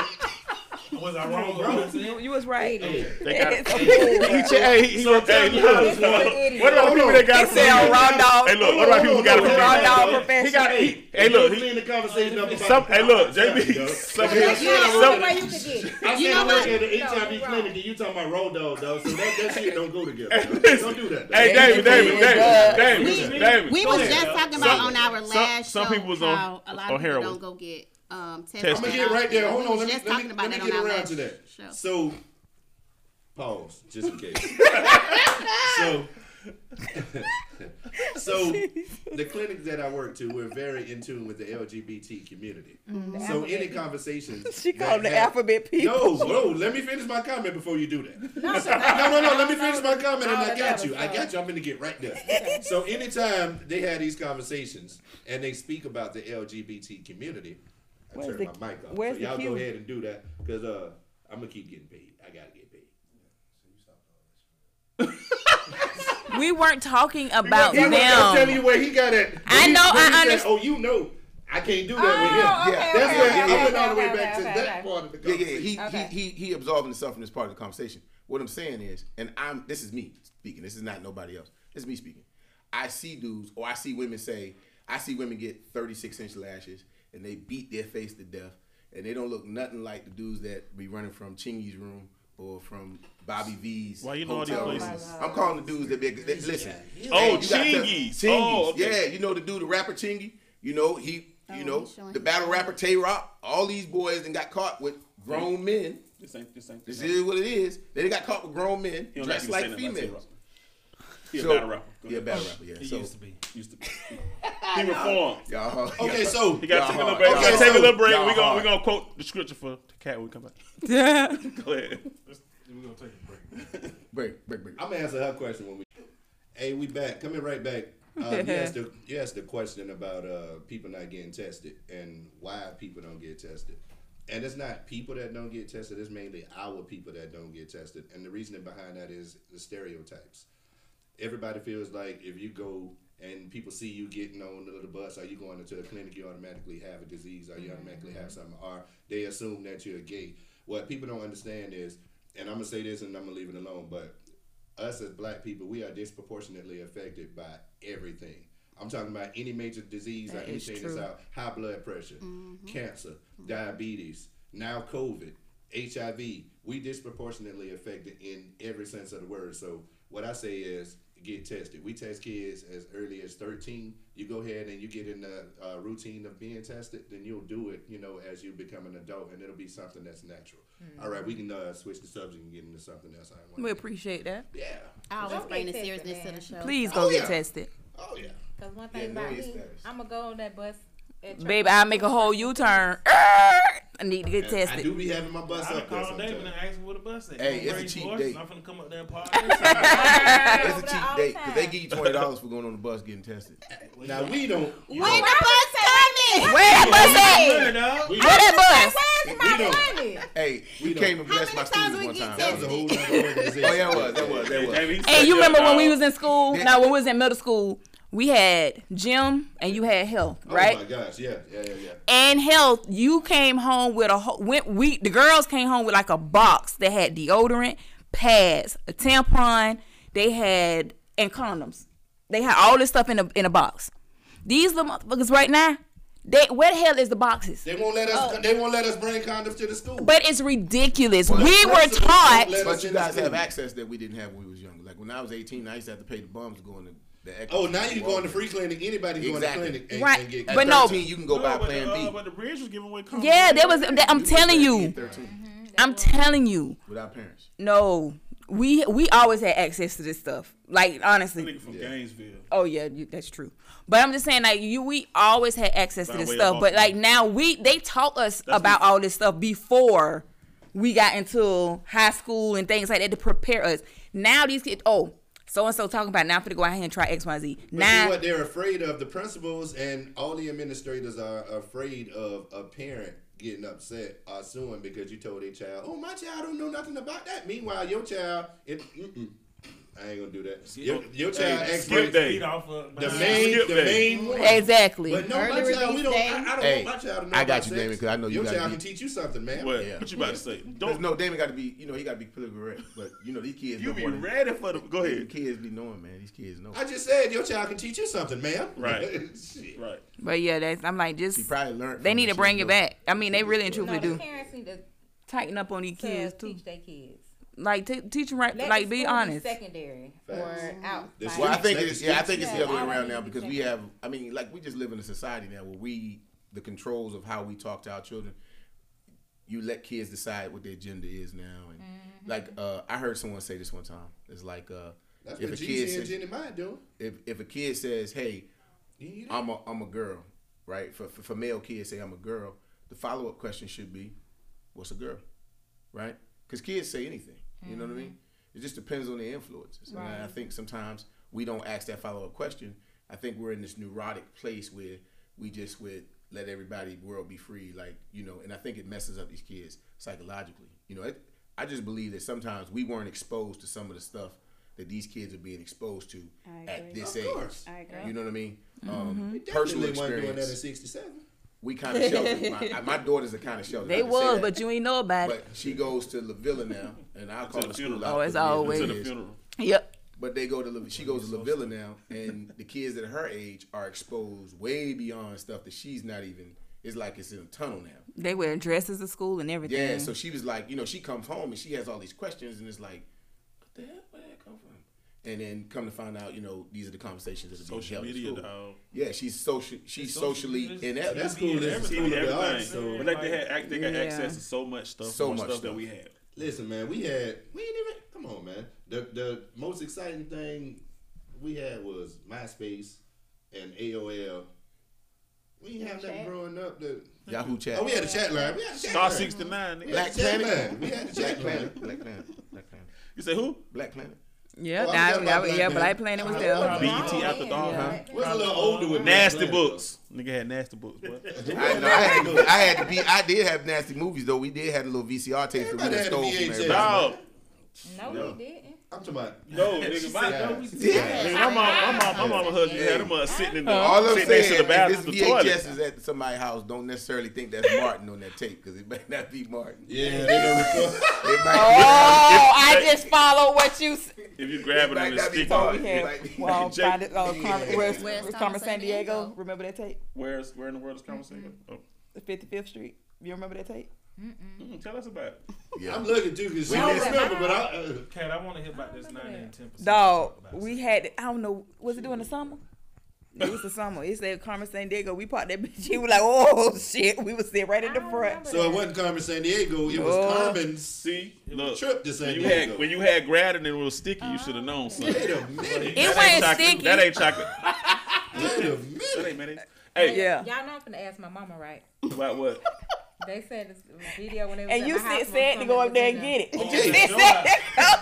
Was I wrong, bro?
You was right.
They got
It's a
He,
fool.
cha- hey, he, he so, hey, look, look,
This is an idiot.
what about people that got
He
it from
said "Oh,
Brazil?
raw dog.
Hey, look, what about people who got it from
Raw
Brazil?
dog
He
profession.
got he, hey, look,
You
he,
lean the conversation up. about
some,
the
hey, look,
conversation, yo.
JB, some,
That's not the only way
some,
you could get
I said
it.
You know
I work
what?
at an
No,
HIV
you're wrong.
clinic, and you talking about road dog, though. So that, that shit don't go together. dog. Don't do that. Dog.
hey, David, David,
Yeah.
David,
We-
David, David.
We was just talking about on our
some-
last
some
show
people was on-
how a lot
on
of people
heroin.
don't go get um, tested.
Tested.
I'm gonna get right there. Hold
We
on.
was
Let me,
just
let
talking
me,
about
let me
that
get
on our
around
last
to that.
show.
So, pause, just in case. so, so the clinic that I work to, we're very in tune with the LGBT community.
Mm-hmm.
So any conversations
She
that
called the
have-
alphabet people.
No, no. Let me finish my comment before you do that. No, no, no. Let me finish my comment, and I got you. I got you. I'm gonna get right there. So anytime they had these conversations and they speak about the LGBT community, I turn
Where's the-
my mic off.
where's
so
the
y'all go
cue?
ahead and do that because uh, I'm gonna keep getting paid. I gotta get paid.
We weren't talking about
He was- I'm telling
them.
you where he got it.
Oh, I
When he-
know,
when
I
he
underst-
said, oh, you know, I can't do that
Oh,
with him.
okay,
Yeah,
okay,
That's where
okay,
I
okay,
went all the way
okay,
back to
okay,
that
okay.
part of the
Yeah, yeah.
conversation.
He,
Okay.
he he he absolving himself from this part of the conversation. What I'm saying is, and I'm this is me speaking. This is not nobody else. This is me speaking. I see dudes or I see women say I see women get 36 inch lashes and they beat their face to death and they don't look nothing like the dudes that be running from Chingy's room or from Bobby V's.
Why you know all these
hotel
places?
rooms. I'm calling the dudes that be that- listen.
Oh,
you gotta tell-
Chingy's.
Chingy's.
Oh, okay.
Yeah, you know the dude, the rapper Chingy. You know he. You
Oh,
know
he's showing
the
his-
battle rapper Tay Rock. All these boys and got caught with grown men.
This ain't this ain't.
This
This
is what it is. They got caught with grown men
You don't
dressed
like
like
to say nothing about
females.
He
So-
a battle rapper. Go
Yeah,
ahead.
battle rapper. Yeah.
He
so
used to be.
Used to. He reformed.
y'all.
Okay,
y'all-
so-
He got to take
y'all
a little
hard.
break.
Okay,
Okay, take a
so-
little break.
y'all
We're gonna
hard.
we gonna quote the scripture for the cat when we come back.
Yeah.
Go ahead.
We're gonna take a break.
Break, break,
Oh,
break.
I'm gonna answer her question when we. Hey, we back. Coming right back. Uh, you, asked the, you asked the question about uh, people not getting tested and why people don't get tested. And it's not people that don't get tested, it's mainly our people that don't get tested. And the reasoning behind that is the stereotypes. Everybody feels like if you go and people see you getting on the, the bus, are you going into a clinic, you automatically have a disease, or you automatically have something, or they assume that you're gay. What people don't understand is, and I'm going to say this and I'm going to leave it alone, but us as black people, we are disproportionately affected by everything. I'm talking about any major disease or
That is
anything
true. Mm-hmm.
that's out. High blood pressure, cancer, diabetes, now COVID, HIV. We disproportionately affected in every sense of the word. So what I say is get tested. We test kids as early as 13. You go ahead and you get in the uh, routine of being tested, then you'll do it, you know, as you become an adult and it'll be something that's natural.
Mm-hmm.
All right, we can uh, switch the subject and get into something else. I want
We appreciate that.
yeah.
I always
Don't
bring the
get tested,
seriousness to
man.
the show.
Please
so-
go
Oh,
get
yeah.
tested.
Oh yeah.
Cause one
Yeah,
thing
know
about
your
me,
status.
I'm gonna go on that bus. At church.
Baby, I'll make a whole U turn. I need to get
And I do
tested.
be having my bus
I
up there
called David and
sometimes.
asked him where the bus at.
Hey,
Don't
it's a
raise
cheap
voices.
date.
I'm finna come up there and park.
Over
It's a
there
cheap
all
date
the
because they
time.
give you twenty dollars for going on the bus getting tested.
Now we don't.
When the bus coming?
Where that bus at?
Money, dog.
We,
Where that bus?
Where's
We don't.
my money?
Hey,
We
we
don't-
came and blessed
How
my
many times
students
we
one time.
get
That was a whole nother organization.
Oh yeah, it was. That was. That was.
Jamie, he said,
And you
yeah,
remember when we
dog.
was in school?
Yeah.
Now when we was in middle school, we had gym and you had health,
Oh my
right?
gosh, yeah, yeah, yeah, yeah.
And health, you came home with a whole. Went we the girls came home with like a box that had deodorant, pads, a tampon. They had and condoms. They had all this stuff in a in a box. These little motherfuckers right now. They where the hell is the boxes?
They won't let us. They won't let us bring condoms to the school.
Oh. But it's ridiculous.
Well,
we were
principal
taught.
don't let us
But you
in the
guys
school.
have access that we didn't have when we was younger. Like when I was 18, I used to have to pay the bums to go in the. the
Oh, now you going to free clinic. Anybody can
Exactly.
go in the clinic and,
Right.
and get.
At
But
but
no.
13, you can go buy
No, but,
Plan
the,
B.
uh, but the bridge was giving away.
Yeah, there was. I'm
You
telling
was 13,
you.
13
I'm telling you.
without parents.
No, we we always had access to this stuff. Like
That
honestly,
nigga from Gainesville.
oh yeah, you, that's true. But I'm just saying, like you, we always had access to
By
this
way of
stuff. But
Buffalo.
like now, we they taught us about
what-
all this stuff before we got into high school and things like that to prepare us. Now these kids, oh, so and so talking about now I'm gonna go out here and try X Y Z.
But see
Now
what they're afraid of, the principals and all the administrators are afraid of a parent getting upset or suing because you told their child, "Oh, my child don't know nothing about that." Meanwhile, your child, it, mm-mm, I ain't gonna do that. Your, your child
Hey,
acts
skip
great.
day.
Feet off of
The
behind.
main,
Skip
the
day.
main one.
exactly.
But no, my
Early
child, we
release
don't.
day.
I, I don't
Hey,
want my child to know
I
about
got you,
sex.
Damon, 'cause I know you
your
gotta
child
be-
can teach you something, man.
What?
Yeah.
What you about to say?
There's
Don't
No, Damon got to be, you know, he got to be politically correct. But, you know, these kids.
you
know
be
more than-
ready for the? Go
These
ahead.
kids be knowing, man. These kids know.
I just said your child can teach you something, ma'am.
Right.
Shit.
Right.
But yeah, that's I'm like
She
just
probably learned.
they
from
need
her.
to
She
bring it
know.
back. I mean, they really and
No,
truthfully
the
do
parents need to,
tighten up on these
to
kids too.
teach their kids.
Like te- teach them right.
Let
Like
the
be
school
honest.
secondary
Facts.
or
Mm-hmm.
out.
The
like-
Well, I
Streets,
think
they
it's yeah, I
streets.
think it's the
Yeah,
other way
I don't
around
need
now
to
because
check
we
it.
have. I mean, like we just live in a society now where we the controls of how we talk to our children. You let kids decide what their gender is now, and
Mm-hmm.
like uh, I heard someone say this one time. It's like uh,
That's
if a
what
kid
GC and
says,
Jenny might do.
if if a kid says, "Hey, I'm a I'm a girl," right? For for, for male kids say I'm a girl. The follow up question should be, "What's a girl?" Right? Because kids say anything. You know what I mean?
Mm-hmm.
It just depends on the influences. And I- I think sometimes we don't ask that follow up question. I think we're in this neurotic place where we just would let everybody world be free, like you know. And I think it messes up these kids psychologically. You know, it, I just believe that sometimes we weren't exposed to some of the stuff that these kids are being exposed to
I
at
agree.
this
Of
age.
course.
I agree. Mm-hmm.
You know what I mean? Um, personal
Definitely wasn't doing that in
experience.
'67.
We kind of sheltered. My, my daughters are kind of sheltered. I
They
can say
was,
that.
but you ain't know about it.
But she goes to La Villa now, and I call
the
the
funeral.
school out.
Oh, it's
because it is what
always-
To
it
the
is.
funeral.
Yep.
But they go to La, she goes to La Villa now, and the kids that are her age are exposed way beyond stuff that she's not even it's like it's in a tunnel now.
They wear dresses to school and everything.
Yeah, so she was like, you know, she comes home and she has all these questions, and it's like, what the hell? Where did that come from? And then come to find out, you know, these are the conversations that are being
Social
held at
media,
school.
dog.
Yeah, she's social. She's
social
socially
media is-
inept.
That's
That's
cool.
Everything,
It's school of the arts. So
But like they had, act- they got
Yeah.
access to so much stuff,
So
so
much
much stuff that
stuff.
we had.
Listen, man, we had we ain't even come on, man. The the most exciting thing we had was MySpace and AOL. We didn't have that
Chat.
growing up. The
Yahoo chat.
oh, we had a chat line. We had a chat
Star
line.
sixty nine.
We had a chat line. We had a
Black
chat line.
Planet. Black Planet. Black Planet.
You say who?
Black Planet.
yeah,
Well, I
that,
was
that,
about
yeah.
Black
Black
Panther.
Planet was
I
there.
E
love
BET
Oh,
E after
yeah.
dog.
Yeah.
We was a little older with
Nasty
Black Planet.
books. Nigga had nasty books. Boy.
I, know, I, had to, I had to be. I did have nasty movies though. We did have a little VCR tapes that we
Everybody had
done
a
stole from
VHS.
everybody.
dog.
No,
No.
we didn't.
I'm talking about
No, nigga, my,
Yeah.
no, we Nigga, my mom, my mom, my mama husband had him uh, sitting in the
All I'm
sitting next to
saying,
the bathroom,
if
the
this VHS
toilet.
is at somebody's house, don't necessarily think that's Martin on that tape because it might not be Martin.
yeah. They don't record.
It might,
Oh, I
If-
just follow what you. s-
If you grab it
might
and
not
it's
be
stick
Paul.
on
We
Yeah.
it,
had
Like-
well,
Jake-
by the, uh, Carmen, where's,
Where's
where's
Carmen
Carmen San
San
Diego?
Diego?
Remember that tape?
where's where in the world is conversation? Oh,
Fifty Fifth Street. You remember that tape?
mm, tell us about it.
yeah.
I'm looking too because
We
I don't
missed-
remember, but I. Uh,
Cat, I want to hear about this
remember
9
that.
and 10 percent.
Dog, we had. I don't know. Was it during the summer? It was the summer. It said Carmen San Diego. We parked that bitch. He was like, "Oh shit!" We was sitting right in the
I
front.
remember
so it wasn't Carmen San Diego. It was
Oh.
Carmen's
See, look,
trip to San
when you
Diego.
had when you had grad and it was sticky, you should have known something.
Wait a minute.
It
That ain't
wasn't
chocolate.
sticky.
That ain't chocolate.
Wait a
That
minute.
ain't mayonnaise. Hey,
Yeah.
Y'all know I'm finna ask my mama, right?
about what?
They said this video when they was
and
at
you
my
said
house one
said to
summer,
go up there and
was
get it.
Oh,
And you
yeah.
said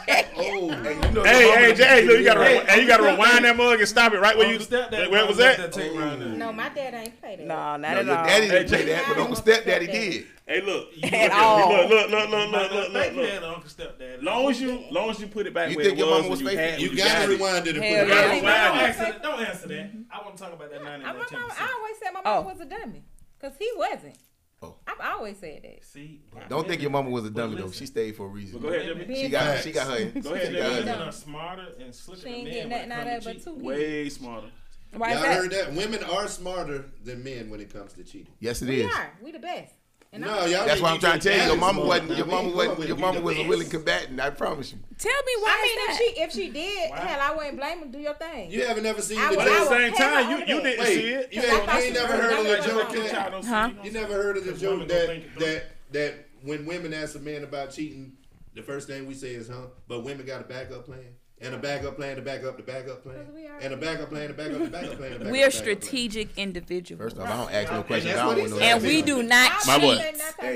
said to go
Oh,
Hey, you know
Hey,
your mama-
hey, Jay, look, you gotta,
Hey,
hey, you gotta
Uncle
rewind
Stepdad.
that mug and stop it right where you, where it was at.
that?
in. No, my dad ain't play that.
there. Nah, not
No,
at
your
all.
daddy
Hey,
didn't play
Jay.
that, but Uncle Stepdaddy did.
Hey, look, you
At
look,
all.
look, look, look, look, look, look, look, look.
Uncle Stepdad.
Long as you, long as you put it back
You
where
think
it
your
was,
mama was
when you had,
faithful?
you,
when
gotta
got it.
rewind it and
Hell
put it out.
yeah.
Don't
Wow.
answer that. Don't answer that. I want to talk about that 9
I,
and
my
10
mama,
percent.
I always said my mama
Oh.
was a dummy, cause he wasn't.
Oh.
I've always said that.
See,
Don't think your mama was a
But
dummy though.
listen.
She stayed for a reason.
Go ahead, Jimmy.
She
Bitch,
got, she got her.
Go ahead,
she got
Jimmy.
women
her.
are smarter and slicker
she
than
ain't
men
getting
when it
nothing out
comes
of
to
it but
cheating.
two kids.
Way smarter.
Why
Y'all
is that?
heard that? Women are smarter than men when it comes to cheating.
Yes, it
We
is.
are. We the best. And
No,
I'm-
y'all.
That's
need
why
to
I'm trying
get
to tell you. Your
that
mama
smart.
wasn't. Your
We
mama
ain't
wasn't.
going
Your
with
mama
you
was a
the
willing
best.
combatant. I promise you.
Tell me why
I mean,
is
if
that?
she if she did,
Why?
hell, I wouldn't blame her. Do your thing.
You haven't never seen
I
the
was-
But at the
joke.
I
same
was-
time, you, you
Wait,
didn't
Wait,
see it.
you
Cause I
ain't,
thought
you
she
ain't never
was-
heard of
I
the
thought
joke.
she was-
Kat?
Huh?
You never heard of the
Cause
joke
women don't
that
think-
that that that when women ask a man about cheating, the first thing we say is, "Huh?" But women got a backup plan. And a backup plan, to back up, the backup plan,
Because we are-
and a backup plan, to backup, the backup plan. the backup,
We're
the backup plan.
strategic individuals,
First off, I don't ask no questions.
that's
I
what
don't
he
want no.
said.
and
answers.
we do not
My
cheat.
boy.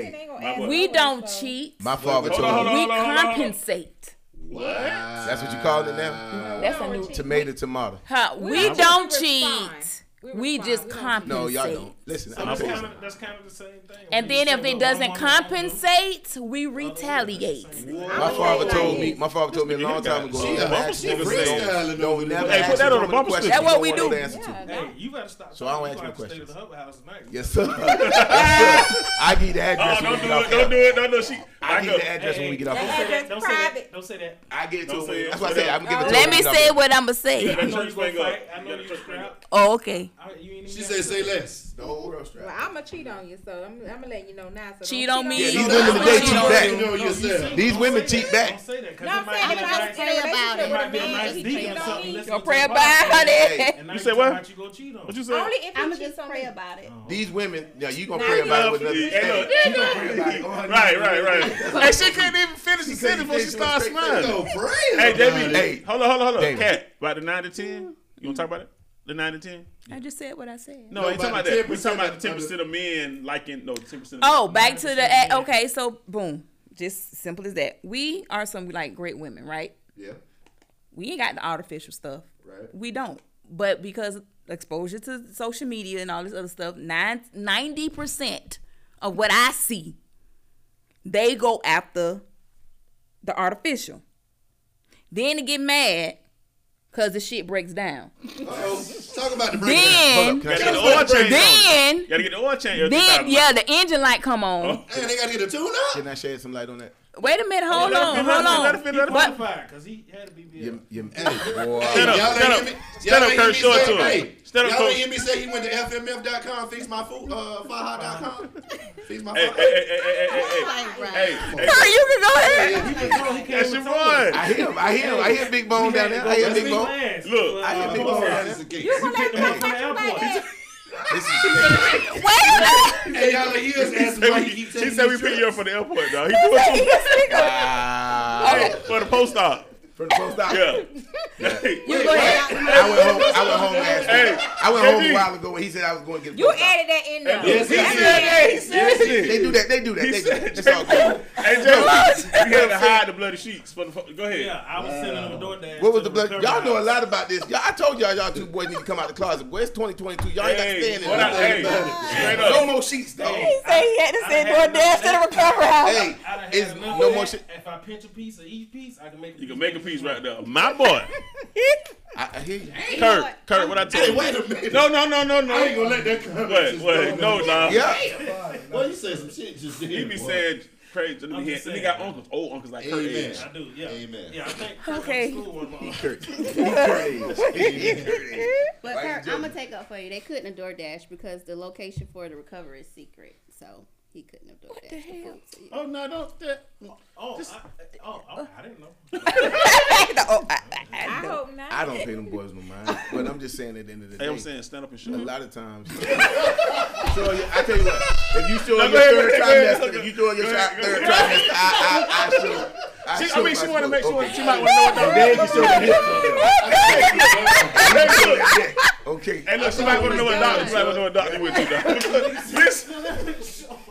We don't cheat.
My father
Hold
told
on,
me.
hold on.
we compensate.
What?
That's what you call it now?
That's a new.
Tomato, tomato.
Huh, we,
We
don't
respond.
cheat.
We
We,
respond.
just
We don't cheat.
compensate.
No, y'all don't. Listen, I'm
That's
telling
kind
you.
of that's kind of the same thing.
And
When you
then if
say,
it
"Look, one
doesn't
woman, one woman,"
compensate, we retaliate.
My father told me. My father told me a
This
long
nigga
time
got-
ago.
She,
She a-
uh,
Bumper
she
sticker
freestyling over there.
Don't never
Hey,
ask
put that
no
on the
woman
bumper sticker.
questions you
That's what we
don't know
do.
the answer to.
Hey, you better stop.
So I don't
You
ask no
have to Stay
questions.
to the Hubba house tonight.
Yes, sir. yes, sir. I need the address
Oh,
when we
don't do
get off
it. Don't do
air.
it. No, no, she.
I
I
need
go.
the address when we get off
Hey,
air.
hey.
Don't say that. Don't say that.
Private.
Don't say that.
I get it to
Don't say
her.
it.
That's why I say I'm gonna give it to her.
Let me
when we get
say
off air.
what I'ma say.
I know
church
you gonna
thing up.
fight. I
You
know
got
you
a church thing
scrap.
Oh, okay.
I- you ain't even
She
got
said,
to-
"Say less."
The whole world strapped.
Well, I'm gonna cheat on you, so I'm, I'm gonna let you know now. So
Cheat
don't
on me.
cheat
Yeah,
on
these women
me.
today
You
cheat
know,
back.
You know
No, you
yourself.
say-
These
don't
women
say
cheat
that.
back.
Don't say that. 'cause
No, I'm
it might
saying
be
if
a
I
nice-
was in a relationship
it might
with a
be a
man,
nice
he
deacon
cheated
or
on
something.
me.
Listen
Your
to
prayer
the
by
podcast.
honey.
And now
You
you
say
talking
what?
about you gonna cheat on
What
him.
you say?
Only if he
I'm gonna just
cheats on
pray
me.
about it.
These women, now you gonna
Now
pray
you
about it with
love
another
me. Hey,
thing.
look.
She gonna pray about it.
Right, right, right. hey, she couldn't even finish the sentence before she started smiling.
No, pray
Hey,
about
David.
it.
Hey, hold on, hold on, hold on.
David.
Cat, about the nine to ten. You wanna talk about it? The nine to ten.
I just said what I said.
No, I ain't
No, about
talking about
the
that. We're
10%
talking about the ten percent of men liking no ten percent.
Oh, back to the ad- okay. So boom, just simple as that. We are some like great women, right?
Yeah,
We ain't got the artificial stuff.
Right.
We don't. But because of exposure to social media and all this other stuff, nine, 90% of what I see, they go after the artificial. Then they get mad because the shit breaks down.
Uh-oh. talk about the breakdown.
Hold
Then,
up, can
Gotta get
I say-
the oil change.
then,
Gotta get the oil change.
then, yeah, the engine light come on.
Hey, they gotta get a tune up.
Can I shed some light on that?
Wait a minute, hold
Let her
on,
finish,
hold
let her
on.
finish, let her
But
Qualified, 'cause he had to be
You,
there.
you,
Hey.
boy.
Stand
Oh,
up,
Y'all ain't
stand up.
give me-
Stand
y'all
up,
ain't
Kurt.
give
Show
me
it to
say-
her.
hey,
Stand up,
Y'all
coach.
ain't hear me say he went to FMF.com, fix my food, uh, faha.com, fix my
Hey, hey,
food.
hey, hey, hey, hey, hey.
Like, right.
Hey, hey,
Bro, you can go ahead.
He been grown, he can't
that's
even
your
talk to us.
boy.
I hear him. I hear him. I hear Big Bone down there. I hear Big Bone.
Look,
I hear Big
Hold
Bone.
on.
This is-
You're from
picked him up from the
that
airport.
This is
Wait a minute.
Hey, y'all ain't hear us
he
asking
said
why
we,
he
he
keep taking
said we
these
pick
trips.
you up from the airport, dog. He doing
You sneak up.
wow.
hey, for the post op.
From the post office.
Yeah. Hey,
You go ahead.
I went home. I went home last
Hey,
week. I went home
KB.
a while ago when he said I was going to get. a
You
post op.
added that in there.
Yes,
he
I
said
did.
that. He said
They
it.
do that. They do that.
He
They do
said
that. It's all good.
Hey, Joe, we had to hide the bloody sheets. For the, fo- go ahead.
Yeah, I was sending him a DoorDash.
What was
to
the blood?
recovery
Y'all know a
house.
lot about this. Y'all, I told y'all, y'all two boys need to come out the closet. Boy, it's 2022. Y'all ain't got to
Hey,
stand in
what I, hey,
it.
straight
No
up.
more sheets, dog.
He said he had to
I
send
had
DoorDash to the
enough.
recovery house.
Hey,
I done had
it's
enough of
no more
that.
shit.
If I pinch a piece of each piece, I can make
You
a piece
can make a piece right there. My boy,
I, I hear you.
Kurt. Kurt, what I tell
Hey,
you?
wait a minute.
No, no, no, no,
I ain't
no.
gonna let that come.
Wait, wait, no, nah.
Yeah.
Well, you said some shit just then.
He be
boy.
saying crazy. Let
I'm
me
just
hear- He
saying.
got uncles, old uncles like Kurt
Amen.
age.
I do, yeah.
Amen.
Yeah, I think.
Okay.
School one more.
Kurt. Kurt.
But
Why you
Kurt, I'm gonna
joking?
take up for you. They couldn't have DoorDash because the location for the recovery is secret, so he couldn't have DoorDash what the, food to you.
Oh no, don't. That,
Oh, I, oh, oh, I didn't know.
Oh, I- I-
I hope not.
I don't pay them boys no mind, but I'm just saying at the end of the day,
hey, I'm saying stand up and show.
a lot of times. so yeah, I tell you what, if you show
No,
on
go
your
ahead,
third
go ahead, go ahead.
trimester, if you show on your
Go
tri-
ahead, go
third
ahead.
trimester, I, I, I show. I,
She,
show
I mean, she
my
want to
smoke.
make sure.
Okay.
She might want to know
Then
what
you show the hip. Okay.
Hey, look, she might want to know what doctor. She might want to know what doctor you went to. dog. Listen,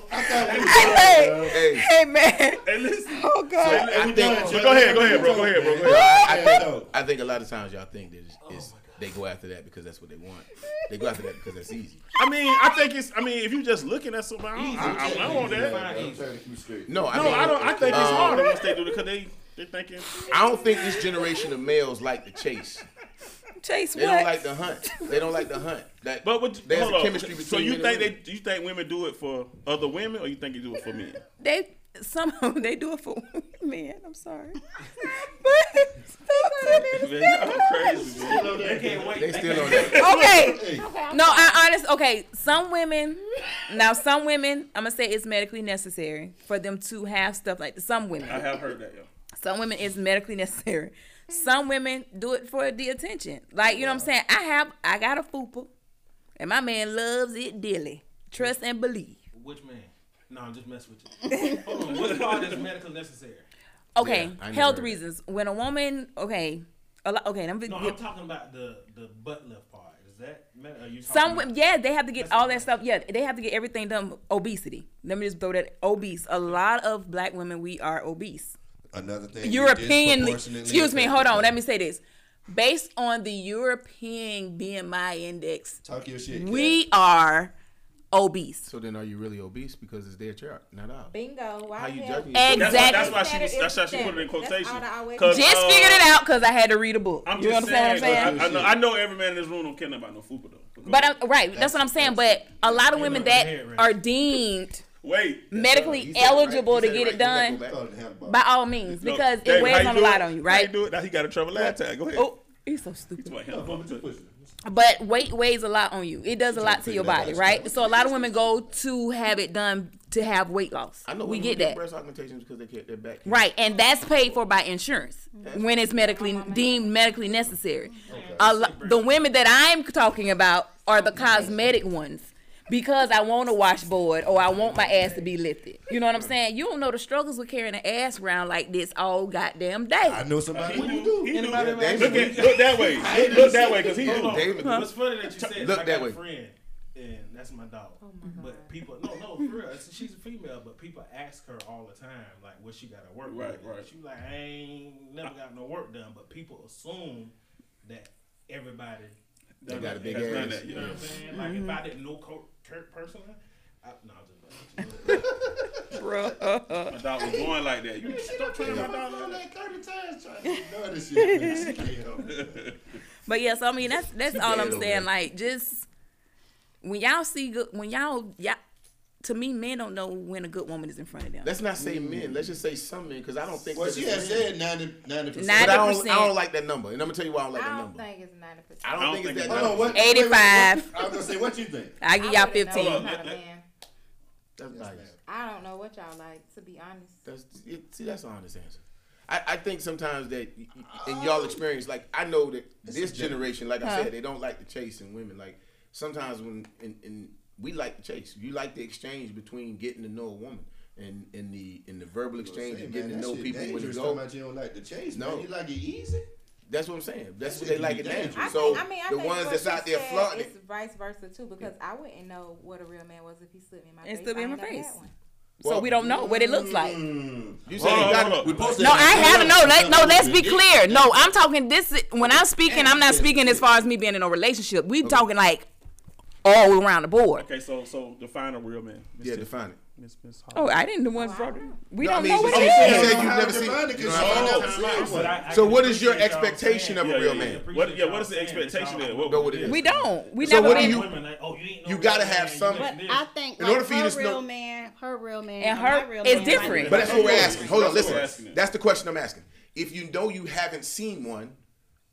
Hey,
Hey.
hey, man.
hey, listen.
Oh, God.
I think,
But go ahead, go ahead, bro. Go ahead, bro. Go ahead.
I, I
Yeah.
think, I think a lot of times y'all think that it's, it's- they go after that because that's what they want. They go after that because that's easy.
I mean, I think it's. I mean, if you just looking at somebody, I, don't- I, I, I don't want that.
Fine,
I'm
easy.
trying to keep straight.
No, I
No,
mean, um,
I don't. I think it's
Uh,
harder once they do it because they they thinking.
I don't think this generation of males like the chase.
Chase,
They don't like
what?
the hunt. They don't like the hunt. That,
But what,
there's
hold
a
on.
chemistry between
so you
men and
think
women.
they you think women do it for other women or you think you do it for men?
They, some of them, they do it for men. I'm sorry. But,
Man, y'all crazy. Man.
They can't wait.
they still on that.
okay.
Okay, I'm
No, I honest. Okay, some women. Now, some women. I'm gonna say it's medically necessary for them to have stuff like some women.
I have heard that, yo.
Some women it's medically necessary. Some women do it for the attention. Like you know what I'm saying. I have. I got a fupa, and my man loves it dearly. Trust and believe.
Which man? No, I'm just messing with you. Hold on. What part is medically necessary?
Okay,
Yeah, I never
health
heard
reasons. When a woman. Okay, a lot. Okay, I'm.
No, I'm talking about the the butt lift part. Is that med- are you talking
Some
about-
women, yeah, they have to get
That's
all
what
that stuff. Yeah, they have to get everything done. Obesity. Let me just throw that obese. A lot of black women, we are obese.
Another thing.
Europeanly. Excuse me. Hold on. Let me say this. Based on the European BMI index,
Talk your shit. Kat.
we are obese.
So then, are you really obese because it's their chart, not ours?
Bingo. Why
How
the
you
hell-
judging?
Exactly.
That's why, that's why she was, that's how she put it in quotation.
That's all that I
'Cause,
always-
Just
uh,
figured it out because I had to read a book.
I'm
you
just
understand
saying.
what I'm saying?
I, I know, I know every man in this room don't care nothing about no fupa though.
but I'm, right, that's, what I'm saying. But a lot of women that
head right.
are deemed
wait,
He
medically
said it right.
eligible
He
to
said it
get
right.
it
You gotta
done,
go back.
Thought it happened about-
by all means,
Look,
because
Dave,
it weighs
how
on
you
a
do
lot
it?
on you,
How you
right?
do it? Now he got in trouble last time. Go ahead.
Oh, he's so stupid.
Wait, hold on.
But weight weighs a lot on you. It does a lot to your
figure that
body,
out.
right? So a lot of women go to have it done to have weight loss.
I know
we
women
get
who
that.
breast augmentations because they can't, their back. can't-
Right, and that's paid for by insurance when it's medically deemed medically necessary. A lo- the women that I'm talking about are the cosmetic ones because I want a washboard or I want my ass to be lifted. You know what I'm saying? You don't know the struggles with carrying an ass around like this all goddamn
I
day.
know somebody.
He do. He do.
Anybody
David-
Look, at, look that way. Look, look that way because he
Hold
do.
on.
David-
What's funny that you said
Look
I
that
got
way.
a friend and that's my dog.
Oh
But people no, no, for real. it's- She's a female, but people ask her all the time, like what she gotta work
Right,
with.
right.
She like, I ain't never got no work done, but people assume that everybody
They got a big
That's not
ass.
that,
you
yeah.
know what I'm saying? Like
Mm-hmm.
if I didn't know Kurt, Kurt personally, I, no, I'm just like,
My dog was born like that. You stop trying my dog like that.
Like 30 times trying to ignore this shit. man. She can't help it.
But yes, I mean that's that's all
dead
I'm
over
saying.
there.
Like just when y'all see good, when y'all y'all to me, men don't know when a good woman is in front of them.
Let's not say men. Let's just say some men, because I don't think.
Well,
that
she
it's
had
men.
said 90 percent.
But I
Nine-
don't, I
90%.
don't like that number, and I'm gonna tell you why I don't like
I
that
don't
number.
think it's ninety percent.
I don't,
I don't
think it's
think
that
it's
number.
that
what?
85.
I was gonna say, what you think?
I give y'all
wouldn't know.
Hold
15.
I'm
on.
not a
Let-
man.
That's nice.
I don't know what y'all like. To be honest,
That's it, see, that's the honest answer. I, I think sometimes that y- y- in y'all experience, like I know that this generation, like I
Huh.
said, they don't like to chase in women. Like sometimes when and, and we like to chase, you like the exchange between getting to know a woman and in the in the verbal exchange and getting to know people when you go.
you don't like the chase.
No.
man. you like it easy.
That's what I'm saying. That's
That
what
shit
they like
can
in
be dangerous.
danger.
I
So
think, I mean, I
the
think
ones
what
that's
you
out there
said,
flaunting,
It's vice versa too, because I wouldn't know what a real man was if he slipped me in my
And
face.
slipped me
I
in
ain't
my
never
face.
had one.
So we don't know what it looks like.
Mm.
No,
you
Hold
say you
on,
got
hold on.
it.
We posted
I haven't. No, let, no. Let's be clear. No, I'm talking this. When I'm speaking, I'm not speaking as far as me being in a relationship. We talking like all around the board.
Okay, so so define a real man. Miss
Yeah,
Tiff-
define it.
Miss Miss
Oh,
Hall.
I didn't the ones brought it. We
No, I
don't
mean,
know what
she-
it
she
is.
You
said you've
don't know how
never
to
seen-
define it 'cause
you
you
don't
don't
know
know
how
what
to
it is.
define it.
I- I
So
can
what is your
appreciate y'all
expectation
saying
of a
that.
real
I can
man?
appreciate
What- yeah,
y'all
what is the
saying that
expectation
y'all-
of what-
Know what it is.
We don't. We
So
never.
what do
been-
you-
Women like, oh, you ain't no
you
real
gotta
man,
have
you
some-
this
But
and this.
I think
In
like
order for you
her
to
real
know-
man, her real man,
And
my
her
real
is
man might
different.
be
But that's what we're
That's
asking. Hold on,
what we're
listen.
asking.
That's the question I'm asking. If you know you haven't seen one,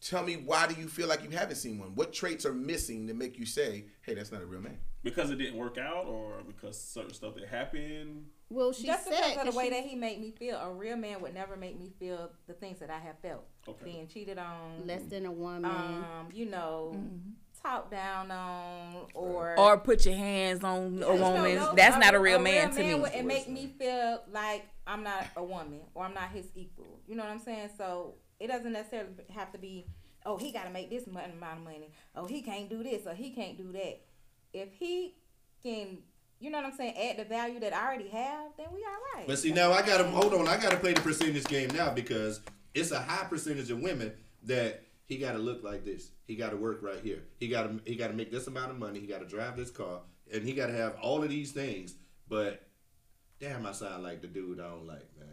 tell me why do you feel like you haven't seen one? What traits are missing to make you say, "Hey, that's not a real man"?
Because it didn't work out, or because certain stuff that happened.
Well, she
Just
said
because of the
that
way
she-
that he made me feel, a real man would never make me feel the things that I have felt.
Okay.
Being cheated on,
less than Mm-hmm. a woman.
um, you know, talked down on, or
Or put your hands on a
I just don't
woman.
know.
That's not a real man to
would-
me.
It make me feel like I'm not a woman or I'm not his equal. You know what I'm saying? So it doesn't necessarily have to be. Oh, he got to make this mu- amount of money. Oh, he can't do this or he can't do that. If he can, you know what I'm saying, add the value that I already have, then we all right.
But see, now I gotta hold on. I gotta play the percentage game now because it's a high percentage of women that he gotta look like this. He gotta work right here. He gotta he gotta make this amount of money. He gotta drive this car, and he gotta have all of these things. But damn, I sound like the dude I don't like, man.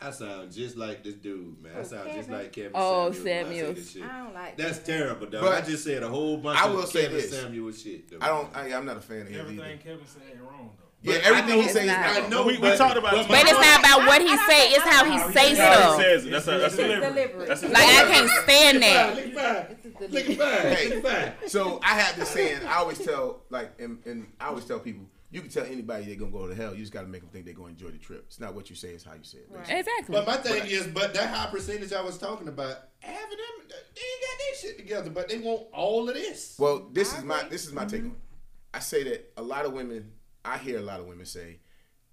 I sound just like this dude, man. I sound just
Kevin.
like Kevin.
Oh,
Samuels. when I say
Samuels.
this shit.
I don't like
That's
that.
terrible, dog.
But
I just said a whole bunch.
I
of
will say
Kevin
this.
Samuel shit. Though,
I don't.
man.
I, I'm not a fan of him.
Everything
Either.
Kevin said is wrong though.
Yeah,
But I
everything he
know
says is
it's not.
not.
I know,
We- we
but-
talked about
but
it.
my-
But it's not about what
I- I
he
don't
say;
think-
it's
I
how
don't
he
think-
say
It's
That's how he
stuff.
says it. That's how, that's
It's
it.
delivery.
That's his
Like I can't stand that.
Look at that.
This is
Look at
deliberate.
that.
Hey.
Look at that.
So I have this saying. I always tell like, and, and I always tell people, you can tell anybody they're gonna go to hell. You just gotta make them think they're gonna enjoy the trip. It's not what you say; it's how you say it.
Right.
Exactly.
But my thing is, but that high percentage I was talking about, having them, they ain't got their shit together, but they want all of this.
Well, this
I
is my
agree. Mm-hmm.
this is my take on it. I say that a lot of women, I hear a lot of women say,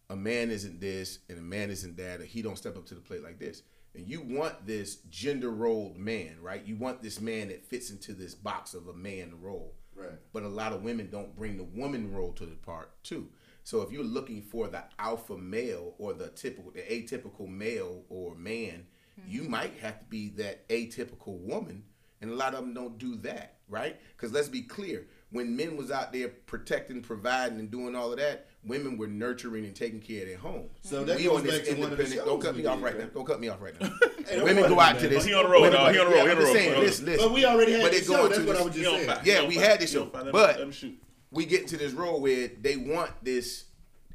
a man isn't this and a man isn't that, or he don't step up to the plate like this. And you want this gender rolled man, right? You want this man that fits into this box of a man role.
Right.
But a lot of women don't bring the woman role to the part too. So if you're looking for the alpha male or the typical, the atypical male or man, you might have to be that atypical woman, and a lot of them don't do that, right? Because let's be clear: when men was out there protecting, providing, and doing all of that, women were nurturing and taking care of their homes.
So that
We
goes
on this
back to one of the
independent- Don't
shows
cut
we
me off
did,
right
man.
now. Don't cut me off right now.
Hey, don't
women
worry
go out
about
to
it,
this.
He on the road,
women
dog.
go-
He on the road,
yeah,
he
I'm
on the
just
road,
saying,
bro.
Listen, listen.
But we already had
But
this
it
show.
go
That's
to
what I
this-
was just
He on
saying.
fire.
Yeah,
He on
we
fire.
had this
He
show,
on fire. Let him-
but-
let him shoot.
we get to this role where they want this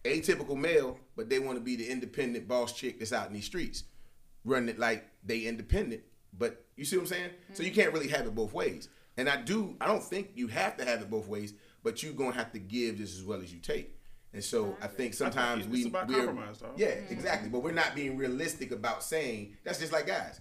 atypical male, but they want to be the independent boss chick that's out in these streets, running it like they independent. But you see what I'm saying? So you can't really have it both ways. And I do, I don't think you have to have it both ways, but you're gonna have to give just as well as you take. And
Mm-hmm.
so I think sometimes
it's
we
about
we're-
compromise, dog.
yeah, exactly. But we're not being realistic about saying that's just like guys.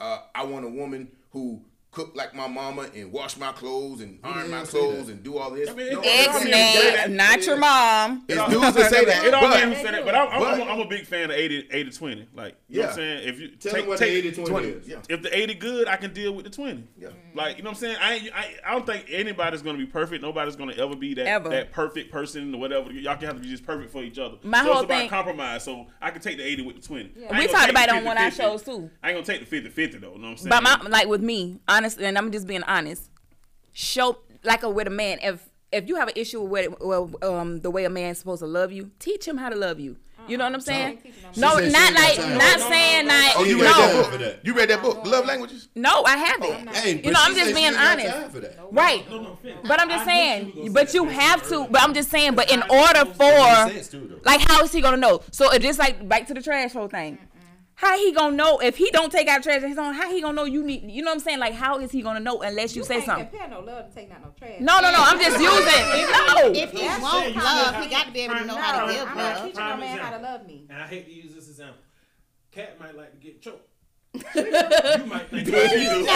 Uh, I want a woman who cook like my mama and wash my clothes and iron my
didn't say that.
clothes and do all this.
I mean, it-
No,
it
I'm
Ex
don't mean
saying that-
that-
name, not your mom.
it's dudes that say that.
It don't
but
mean who said that, but I'm, I'm,
But-
I'm, a- I'm a big fan of 80, 80 20. Like, you know what I'm
Yeah.
saying? If you
Tell
take,
them what
take,
the 80 20
20,
is.
yeah.
if the 80 good, I can deal with the 20.
Yeah.
Like, you know what I'm saying? I, ain't- I I don't think anybody's going to be perfect. Nobody's going to ever be that
Ever.
that perfect person or whatever. Y'all can have to be just perfect for each other.
My
so
whole
it's about
thing-
compromise. So I can take the 80 with the 20. I ain't
We
gonna
talked
take
about
the
it on one of our
50-50.
shows, too.
I ain't going to take the 50-50 though. You know what I'm saying?
But my like with me, honestly, and I'm just being honest. Show like a with a man. If if you have an issue with well, um, the way a man's supposed to love you, teach him how to love you. You know what I'm saying?
Teaching
No,
said she
them.
not
ain't got
like
time.
not
No, no,
saying
no, no.
like
Oh, you
no,
read that book?
You read that book, Love Languages?
no, I
I'm
Oh,
haven't.
not-
Hey,
You
but
know,
she
I'm just
said she
being
ain't got
honest.
time for that.
Right.
No, no, offense.
But I'm just
I knew she was
saying,
gonna
but
say
you
that.
have to. But I'm just saying, but in
I knew
order
she was
Makes
for
sense, too, though.
like, how is he gonna know? So it just like back to the trash whole thing. How he gonna know if he don't take out trash on his own? How he gonna know you need? You know what I'm saying? Like, how is he gonna know unless you, say
can't
something?
compare no love to take out no trash.
No, no, no. I'm just using.
If
no.
he
That's
won't
it.
love, he got to be able to know how
I'm
to
No,
give
not
well.
love.
teaching no
Prime
man how to
example.
love me.
And I hate to use this example. Cat might like to get choked. you might think you
No.
might think this is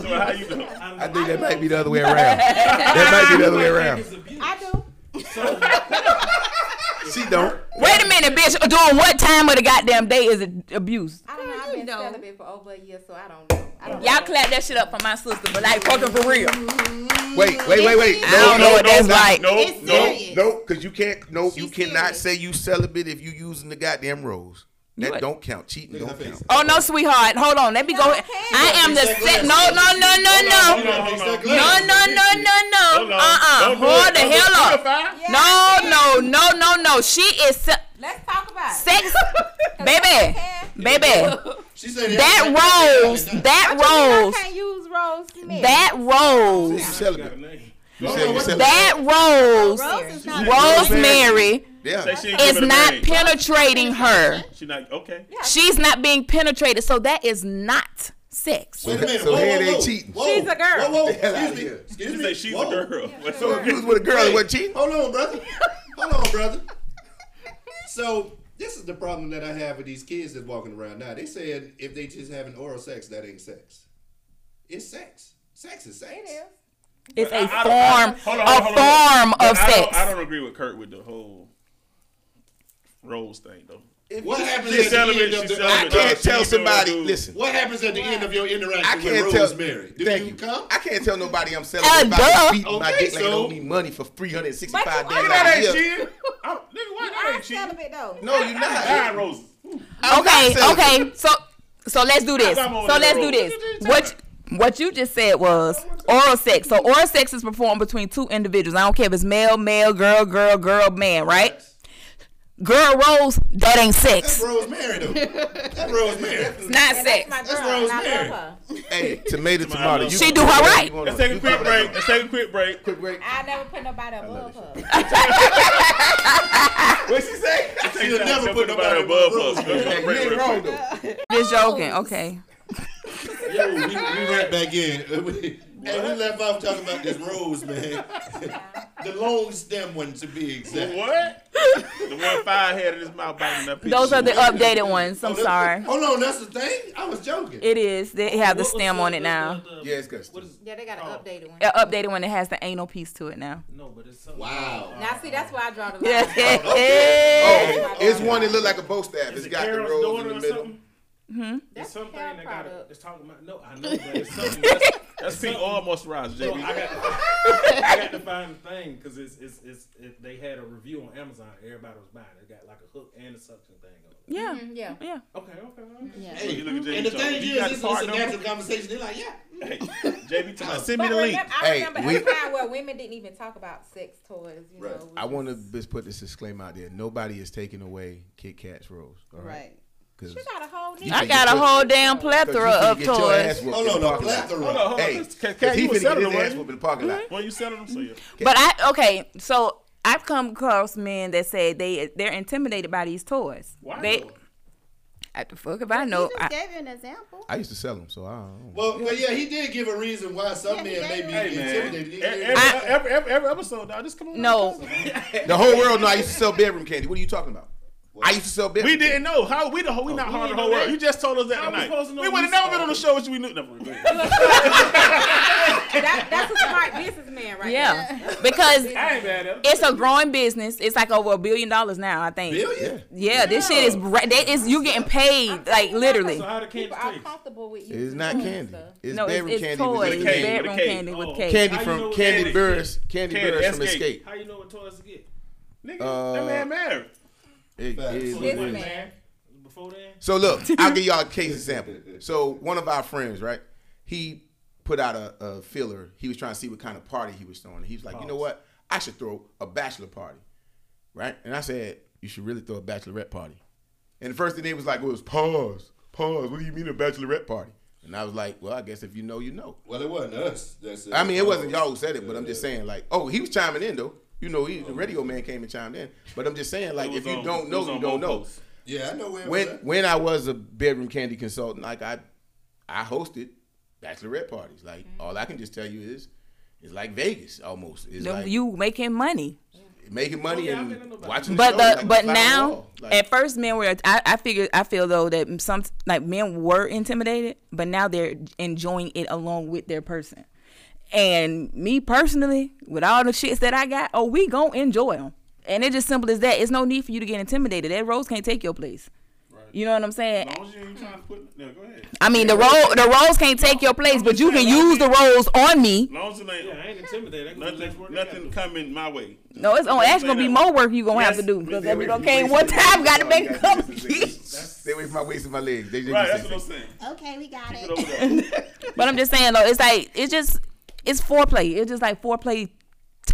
So how you know?
I think that might be the other way around. that might be the other way around.
I do.
She don't.
Wait a minute, bitch. During what time of the goddamn day is it abuse?
I don't know. I've
you
been
know.
celibate for over a year, so I don't know. I don't
Y'all
know.
clap that shit up for my sister, but like fucking for real.
Wait, wait, wait, wait.
I don't know what that's
no,
like.
No,
It's
no.
serious.
No, because you can't. No, you
She's
cannot
serious.
say you celibate if you using the goddamn rose. That
What?
don't count. Cheating don't count.
Oh no, sweetheart. Hold on. Let me go.
No,
ahead.
okay.
I am the
Take
set.
that
No,
glass.
no, no, no,
Hold
no.
on, hold on, hold
No,
on.
no, no, no,
Hold
no.
on.
Uh-uh.
Don't do
Hold
it.
the
Don't do
hell
it.
up.
Yeah,
No,
I
no,
can.
no, no, no. She is se-
Let's talk about it.
sex,
I
baby,
can.
baby.
She said
That rose,
What
that
you mean
rose,
I can't use Rose Smith.
that
You
rose,
celibate. You
Oh,
said you
what's
celibate.
that rose,
Oh,
Rose is not.
Rosemary
Yeah.
Say she ain't
is
giving a
not
name.
penetrating her.
She not okay.
She's not being penetrated, so that is not sex.
Wait a minute.
So
whoa,
here
whoa,
they
whoa.
cheating.
Whoa.
She's a girl.
Whoa, whoa.
Get outta
Excuse me.
here.
Excuse
She
me.
say she's
Whoa.
a girl.
So if you was with a girl, it wasn't cheating.
Hold on, brother. Hold on, brother. So this is the problem that I have with these kids that's walking around now. They said if they just having oral sex, that ain't sex. It's sex. Sex is sex.
It is.
It's a
I- I
form,
don't- hold on, hold on, hold
a
on.
form
But
of
I Don't, I
sex.
don't agree with Kurt with the whole rose thing though.
What happens
She's
at the
celibate.
end of
She's
the,
I
celibate.
can't
She
tell
ain't doing
somebody.
no-
Listen,
What happens at the end of your interaction
I can't
with
tell.
Rosemary? Do
Thank
you
you.
come?
I can't tell nobody I'm celibate.
Uh,
if I
duh.
can beat my
Okay,
dick like it
so-
owe me money for 365
But you
days
are-
That
out
ain't
of the year.
cheating. I'm- Nigga, why that
I'm
ain't cheating?
celibate though.
No, you're
Nine
not.
roses.
I'm not
Okay,
celibate.
okay. So, so let's do this.
I'm on
So
the
let's do
road.
this. What? What you just said was oral sex. So oral sex is performed between two individuals. I don't care if it's male, male, girl, girl, girl, man, right? Girl rose, that ain't
That's
sex.
Rosemary though. That's Rosemary.
It's not
That's
sex.
my girl.
That's
and I
Rosemary.
love her.
Hey, tomato, tomato. You
She
can
do her
whatever
right.
you wanna-
Let's take a
you
quick
can-
break. Let's take a quick break.
Quick break.
I never put nobody above her.
What she say?
She'll
never put nobody above
above us.
us.
Break, break,
Hey, you ain't
break,
wrong
break.
though.
Just joking. Okay.
Yo, we, we right back in. We, hey, we left off talking about this rose, man. the long stem one to be exact.
What? the one five head in his mouth biting that picture.
Those are the updated ones. I'm
Oh, that-
sorry.
Hold on, that's the thing. I was joking.
It is. They have the
What was
stem on it now.
the- the-
Yeah, it's good.
What is,
Yeah, they got an
Oh.
updated one.
The updated one that has the anal piece to it now.
no, but it's something.
wow.
Now see, that's why I draw the line.
Yeah.
Oh, it's one that look like a bow staff. It's
Is it
got the
Carol's
rose in
daughter
the
or
middle.
something?
That's
It's something
hair
that got
product.
it's talking about. No, I know, but it's something. That's,
That's pink oil moisturizer,
no, I
JB.
got. I got to find the thing because it's it's it's it, they had a review on Amazon. Everybody was buying. It It got like a hook and a suction thing on it.
Yeah.
Yeah.
Yeah.
Okay, okay. okay.
Yeah.
Hey,
You look at
and
Jamie
the thing
Jones.
is,
You got
it's,
the
it's
card
a
number?
natural conversation. They're like, yeah.
Hey, JB, tell me, send me
But
the link.
remember, I
Hey,
remember
we-
a time where women didn't even talk about sex toys. You
Right.
know, we
I
just-
want to just put this disclaimer out there. Nobody is taking away Kit Kat's rose. All right.
Right.
Because
You got a whole new.
I got a whole damn
you
plethora
finna
of
get your ass
toys.
whooped.
Hold
in
on,
the
the
parking lot.
plethora.
Hold on, hold on.
Hey,
This- Cat-
because
Cat,
Oh, he
you
finna
was
get
selling them,
his ass
wasn't you?
whooped in the parking lot.
When you selling them, so yeah.
But I okay, so I've come across men that say they they're intimidated by these toys.
Why?
They I, the fuck if I know.
He
I,
just gave you an example.
I used to sell them, so I don't know.
Well, but yeah, he did give a reason why some
Yeah, he
men may
gave
be
a
Hey man,
intimidated.
every,
He did.
every, every, every, every episode, dog, just come on.
no,
The whole world know I used to sell bedroom candy. What are you talking about? I used to sell bedroom
We
candy.
didn't know how we the we not hard the
didn't
whole
know
world.
that?
You just told us that
How we
tonight.
supposed to know
We
we
would have never
saw
been on the
it?
show if we knew. Never mind.
That, that's a smart businessman, right?
yeah, because
I ain't mad at it.
it's a growing business. It's like over a billion dollars now. I think.
Billion?
Yeah, this shit is ra- that is you getting paid like literally.
So how the kids
People are
taste?
comfortable with you.
It's not candy. It's
No, it's,
bedroom
it's
candy.
toys,
With
it's
a
With a
cake.
cake.
bedroom
cake.
candy with
Oh.
cake.
Candy
How you know
from
what
Candy
candy
Burris. Candy
Candy,
Burris from
Escape.
Escape.
How you know what toys to get?
Nigga,
Uh,
that man married.
It-
Facts.
it is what it is.
Businessman.
Before then,
So look, I'll give y'all a case example. So one of our friends, right? He put out a, a filler. He was trying to see what kind of party he was throwing. He was like, you know what? I should throw a bachelor party. right? And I said, you should really throw a bachelorette party. And the first thing they was like, was pause, pause. What do you mean a bachelorette party? And I was like, well, I guess if you know, you know.
Well, it wasn't us. That's uh,
I mean, it wasn't y'all who said it, but I'm just saying, like, oh, he was chiming in though. You know, he, the radio man came and chimed in. But I'm just saying, like,
It was
if you
on-
don't
it was
know, you
on both
don't know.
posts.
Yeah, I know where it
When
was at.
when I was a bedroom candy consultant, like I, I hosted bachelorette parties. Like
Mm-hmm.
all I can just tell you is, it's like Vegas almost. It's
Them-
like
you making money.
making money
Oh, yeah, I've been in
and
the-
watching.
but
the,
the
show, like, fly
but
on the
now
wall. Like,
at first men were I, I figure I feel though that some like men were intimidated but now they're enjoying it along with their person and me personally with all the shits that I got oh we gonna enjoy them and it's just simple as that it's no need for you to get intimidated that rose can't take your place you know what I'm saying
As long as you ain't trying to put. No, go ahead.
I mean the role the roles can't take your place but you can use the roles on me
As long as it ain't.
Yeah, I ain't intimidated. I can do less
Nothing,
work.
nothing coming my way.
no it's on actually gonna be more work you gonna have to do because every okay one time gotta make a couple
Stay away from my waist and my legs. They just
Right,
be
that's
sexy.
what I'm saying.
Okay, we got
Keep
it.
it over there.
But I'm just saying though, it's like it's just it's foreplay. It's just like foreplay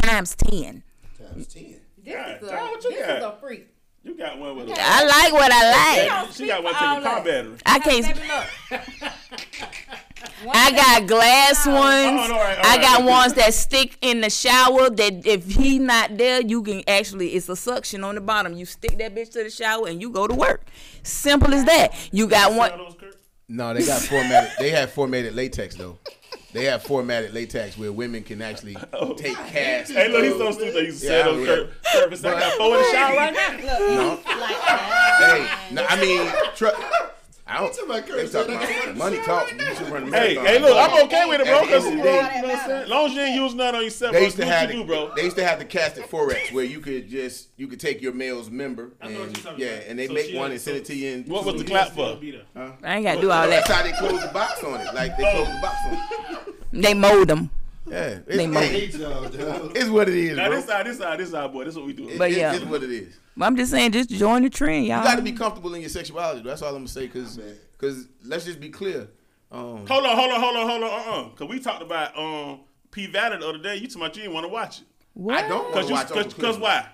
times ten.
Times ten.
This
God,
is
Ty,
a
what you
this is
got?
a freak.
You got one with a.
I like what I like.
she got one taking car battery.
I can't.
Seven up.
I got glass ones.
all right, all
I got
right.
ones that stick in the shower. That if he not there, you can actually it's a suction on the bottom. You stick that bitch to the shower and you go to work. Simple as that. You got
One.
one.
No, they got formatted. they have formatted latex though. They have formatted latex where women can actually take casts.
Oh. Hey, look, he's so stupid. that You
Yeah,
said
I
on
would.
Kurt. Curvis, I got four in the shower right now.
No,
Like that.
hey, no, I mean, tr- I don't.
talking about
They
Curtis,
talking
man. I got
about
a
money
shower
talk.
right
You should run a
Hey,
marathon.
hey, look, I'm okay with it, bro.
At the
Cause
end
you,
of
bro,
the
you know
day,
what I'm saying? As long as you ain't using that on yourself,
They
bro,
used
do
to
what
have
you do,
the,
bro.
they used to have the cast at Forex where you could just you could take your male's member
I know what
and
you're talking
yeah,
about.
and they
So
make
she
one
had-
and send it to you. In
What
two
was the
weeks.
clap for?
Still be there.
I ain't gotta do all
That's
that.
how they closed the box on it. Like they
Oh.
closed the box on it.
They mold them.
Yeah, it's,
They might.
hey,
Hey, dog, dog.
it's what it is,
Now
bro.
this side, this side, this side, boy. This is what we do.
But
It-
yeah.
it's what it is.
I'm just saying, just join the trend, y'all.
You got to be comfortable in your sexuality. That's all I'm gonna say. Cause,
Man.
cause let's just be clear. Um,
Hold on, hold on, hold on, hold on. Uh, uh Cause we talked about um P Valley the other day. You talking about you didn't want to watch it?
What?
I don't want
Cause
to
you,
watch
cause,
Uncle
cause
Cliff.
why?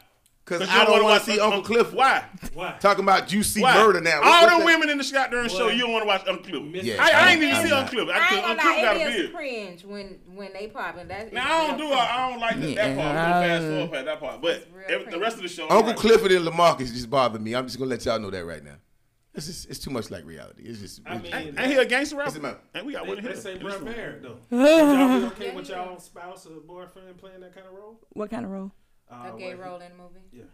Cause
you
I don't want
wanna
to see Uncle Cliff.
Why?
Why?
Talking about juicy
Why?
murder now. What-
All
what's
the
that?
wockdown show, you don't want to watch Uncle Cliff.
Yeah,
I, I,
I'm-
ain't even
I'm
see
not.
Uncle Cliff. I,
I ain't
Uncle
gonna
Cliff got
lie,
a
it is
beard.
cringe when when they popping. That
Now I don't do. I, I don't like that, that part. I'm
Yeah,
fast
I-
forward past that part, but
real
every, the
cringe.
rest of the show, I'm
Uncle
like,
Clifford and Lamarcus just bother me. I'm just gonna let y'all know that right now. It's just it's too much like reality. It's just.
I
it's just-
mean,
Ain't he a gangster rapper?
Listen, man.
Ain't we got
they,
one
they
here?
say
At
Brett
least one.
Baer, though. Would y'all be okay with y'all spouse or boyfriend playing that kind of role?
What kind of role?
Uh,
a gay
what-
role in the movie.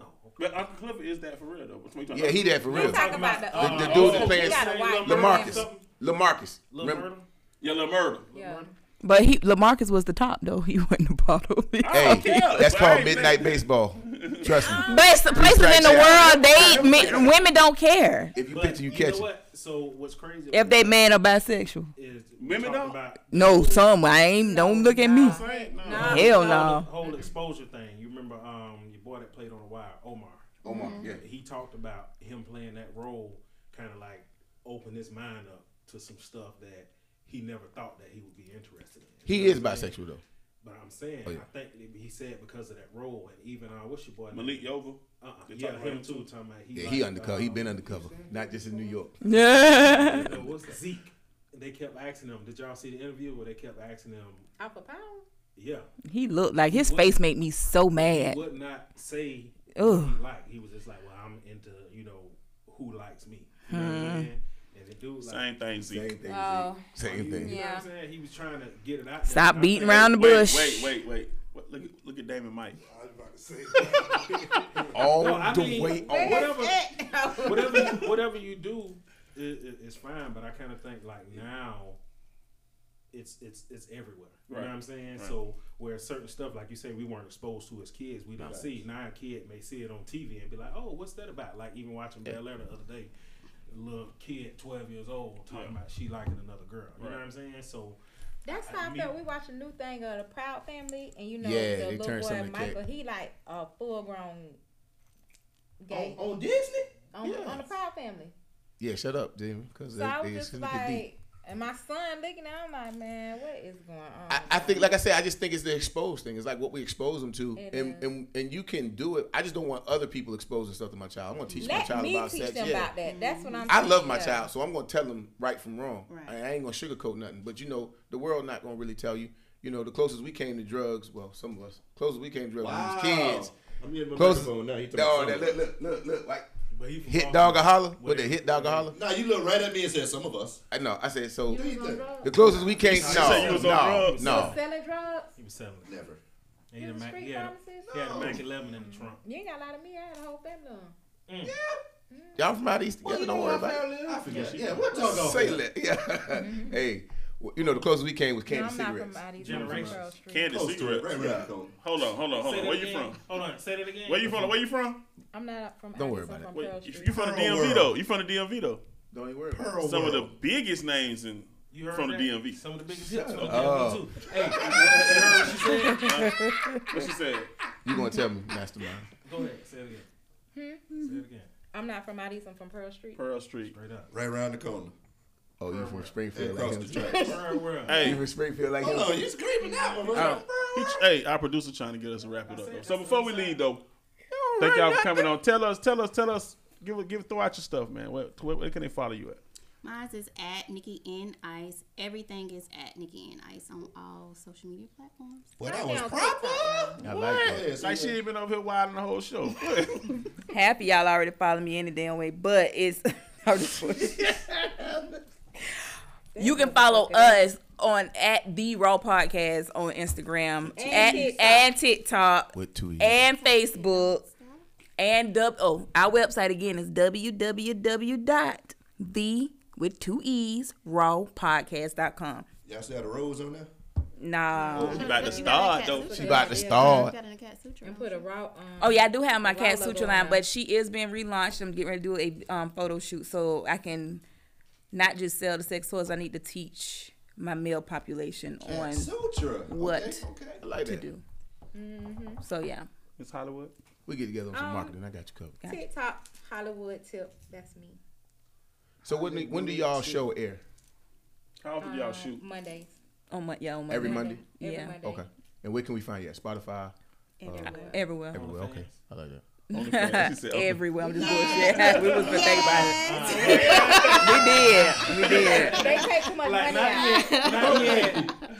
Oh, okay.
But Uncle Clifford is that for real though. That's what we talking
yeah,
about.
he that for real.
Let's talk about the,
The- the
uh,
dude that
you
plays
gotta watch
Lamarcus.
Lil'
Lamarcus.
Lil
Remember-
Myrtle?
Yeah, Lil Murder.
Yeah.
But he Lamarcus was the top though. He wasn't the bottom.
Oh,
Hey,
don't care, but
that's
I
called
ain't
midnight baseball. Trust me.
But it's the places in the
Right,
world they men, women don't care
If you
But
picture, you
know
catch it.
what? So what's crazy?
if they man or bisexual.
is we're
Women
talking
don't?
about
No, some I ain't. Don't look at me.
Nah.
Right? No.
Nah.
Hell
the
no.
whole exposure thing. You remember um your boy that played on the wire, Omar.
Omar, yeah.
He talked about him playing that role, kind of like opened his mind up to some stuff that he never thought that he would be interested in.
He is Oh, bisexual though.
But I'm saying, I think that he said because of that role, and even uh, what's your boy? name?
Malik Yovel.
Uh, uh
They
yeah,
talking about
him
him
too. Talking about he,
Yeah,
like,
he undercover. He
uh,
been undercover, not just in New York.
Yeah.
you know, what's Zeke? They kept asking him. Did y'all see the interview where they kept asking him?
Alpha Pound.
Yeah,
He looked like his face made me so
he
mad.
would not say
Ugh.
what he liked. He was just like, "Well, I'm into you know who likes me." You know
Hmm.
what I'm saying? And the dude, like,
Same thing,
Same
Zeke.
thing. Zeke.
Oh.
Same
you, you
thing.
know what I'm
Yeah.
saying? He was trying to get it out. there.
Stop
And I
beating
think-
around the
Wait,
bush.
Wait, wait, wait. What, look, at- look at Damon Mike.
I was about to say.
All
No, I
the
mean,
way.
oh, whatever,
It.
whatever, you- whatever you do, i i it's fine. But I kind of think like now, it's it's it's everywhere. You know
Right.
what I'm saying? So where certain stuff, like you say, we weren't exposed to as kids, we don't see. Now a kid may see it on TV and be like, "Oh, what's that about?" Like even watching Bel Air the other day, a little kid, 12 years old, talking about she liking another girl. You know
Right.
what I'm saying? So
That's
I
how I
mean-
felt. We watched a new thing of the Proud Family, and you know
Yeah,
the
they
little
turned some
boy
of the
Michael.
cat-
He like a full grown gay
On Disney?
on, on the Proud Family.
Yeah, shut up, Damon. Because
So I was just like, And my son looking at, I'm like, man, what is going on?
I, I think, like I said, I just think it's the exposed thing. It's like what we expose them to,
It
and,
is.
and and you can do it. I just don't want other people exposing stuff to my child. I'm gonna teach my
Let
child
me
about
teach
sex.
them
yeah.
about that. That's what I'm.
I love
saying,
my
yeah.
child, so I'm gonna tell them right from wrong.
Right.
I, I ain't gonna sugarcoat nothing. But you know, the world not gonna really tell you. You know, the closest we came to drugs, well, some of us, closest we came to drugs when we was kids.
I'm getting my
Close-
microphone now. He took
No,
my
that,
phone.
look, look, look, look, like
But he from
hit
Baltimore.
dog a holler.
What
What the hit dog a holler?
Nah, you look right at me and said some of us.
I know. I said so.
Do you think?
The closest we came,
said you
no,
was on
no,
drugs.
no.
Selling drugs.
He was selling. it.
Never.
He had
You
a
was
Mac,
street
he had a,
pharmacist?
he had a Mac 11 in the trunk.
You ain't got a lot of me. I had a whole family. of 'em.
Y'all from out east
Well,
together?
you
Don't
know
worry
where
about it.
I live? I forget. Yeah, what y'all going?
Say that. Yeah. hey, well, you know the closest we came was
Mm-hmm. No,
candy
I'm not from
cigarettes.
out of these
Generations.
Pearl Street.
Candy
Close to it,
cigarettes.
right around the corner.
Hold on, hold on, hold
Say
on.
that
Where you
again.
from?
Hold on, say that again.
Where you from? Where you from?
I'm not from.
Don't worry
Addison,
about
I'm
Where-
From Pearl
you
Street.
you from the
Pearl
DMV though?
World.
You from the DMV though?
Don't you worry.
Pearl
Some of the
World.
biggest names in
You heard
from the
that?
DMV.
Some of the biggest hits. Okay,
up.
me too. Hey, you heard
uh, What
what she said?
she said?
You gonna tell me, Mastermind?
Go ahead, say it again.
Hmm?
Say it again,
I'm not from out east. I'm from Pearl Street.
Pearl Street.
straight up.
Right around the corner.
Oh, you from Springfield like
Across the
him?
tracks.
Word, word.
You
Hey,
from Springfield like him?
Hold on, you screaming that one,
I
bro.
don't-
he- hey, our producer trying to get us to wrap it up. Though. So before we leave though,
You don't
thank
run
y'all for
nothing.
coming on. Tell us, tell us, tell us. Give give throw out your stuff, man. Where, where, where can they follow you at?
Mine is at Nikki N Ice. Everything is at Nikki N Ice on all social media platforms.
Boy,
Right
that was
now,
proper.
I like that.
Yes,
Like she ain't been over here wilding the whole show.
Happy y'all already follow me any damn way, but it's. I'm just playing. you can follow us on at the Raw Podcast on Instagram and
And TikTok.
and TikTok
With two
Eh,
e's.
and Facebook and dub. Oh, our website again is www.the with two e's raw podcast.com.
Y'all see how the rose on there?
Nah.
She about to start though.
She about to start.
Got in a cat sutra.
And put a route. Um,
Oh yeah, I do have my
The
cat
Lala
suture
going
line,
on.
but she is being relaunched. I'm getting ready to do a um, photo shoot, so I can not just sell the sex toys. I need to teach my male population on
Sutra.
What?
Okay, okay.
I like
to
that.
do. So yeah,
It's Hollywood.
We get together on some
Um,
marketing. I got you covered.
TikTok Hollywood tip. That's me.
So when do- when do y'all show air?
How often do y'all shoot?
Uh, Mondays.
on my yeah on my
Every Monday.
Every
Yeah.
Monday.
Okay. And where can we find you? at? Spotify.
Oh, Everywhere.
everywhere,
Everywhere. Okay. I like that.
OnlyFans. She said, okay.
everywhere. I'm just bullshit. we was gonna think about it. we did, we did.
They take too much money out.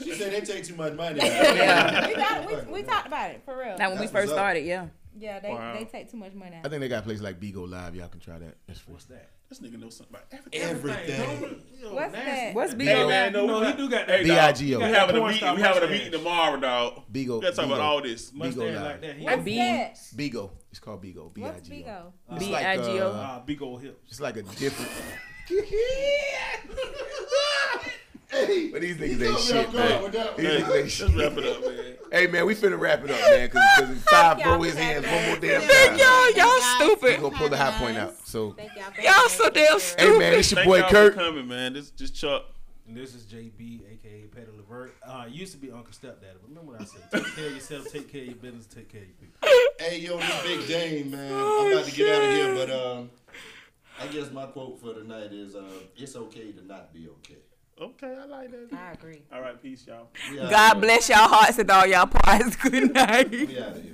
She said they take too much money.
We, got, we, we talked about it for real.
Like when we
That's
first
what's up.
started, yeah.
Yeah, they,
Wow.
they take too much money
I
out.
think they got a place like Bigo Live. Y'all can try that. That's free.
What's that?
This nigga knows something about everything.
Everything.
What's that?
What's big?
Hey,
Man,
man,
no,
no,
he do got that.
Hey, dog,
B.I.G.O..
he
We
got
having a
that porn
meeting.
star
We having a
mustache.
meeting tomorrow, dog.
Bigo.
We gotta talk about
Bigo.
all this.
Bigo
Mustache like
Live.
that. He
What's
got
B?
that?
Bigo. It's called Bigo. B I
What's
G
Bigo?
O.
B
It's
I
like,
G O.
uh,
uh, big old hips.
It's like a different. But these niggas ain't shit, man. These
Hey,
niggas ain't
let's
shit.
wrap it up, man.
Hey man, we finna wrap it up, man, cause, cause if five
Y'all
throw his
can
hands
have
one more damn
Thank
time.
Y'all, y'all
Guys,
We
stupid.
y'all
gonna pull the high point out.
guys.
So,
Thank y'all. for
Y'all
having
so
me.
damn
hey
stupid.
man, it's your
Thank
boy
y'all for
Kurt.
coming, man. This just Chuck.
And this is JB, aka Petty Levert. Uh, it used to be Uncle Stepdaddy. but Remember what I said? Take care of yourself, take care of your business, take care of your people.
Hey, yo, this big game, man. I'm about to get out of here, but um, I guess my quote for tonight is uh, it's okay to not be okay.
Okay, I like that.
I agree.
All right, peace, y'all.
We outta
God
here.
bless y'all hearts and all y'all parts. Good night.
We out of here.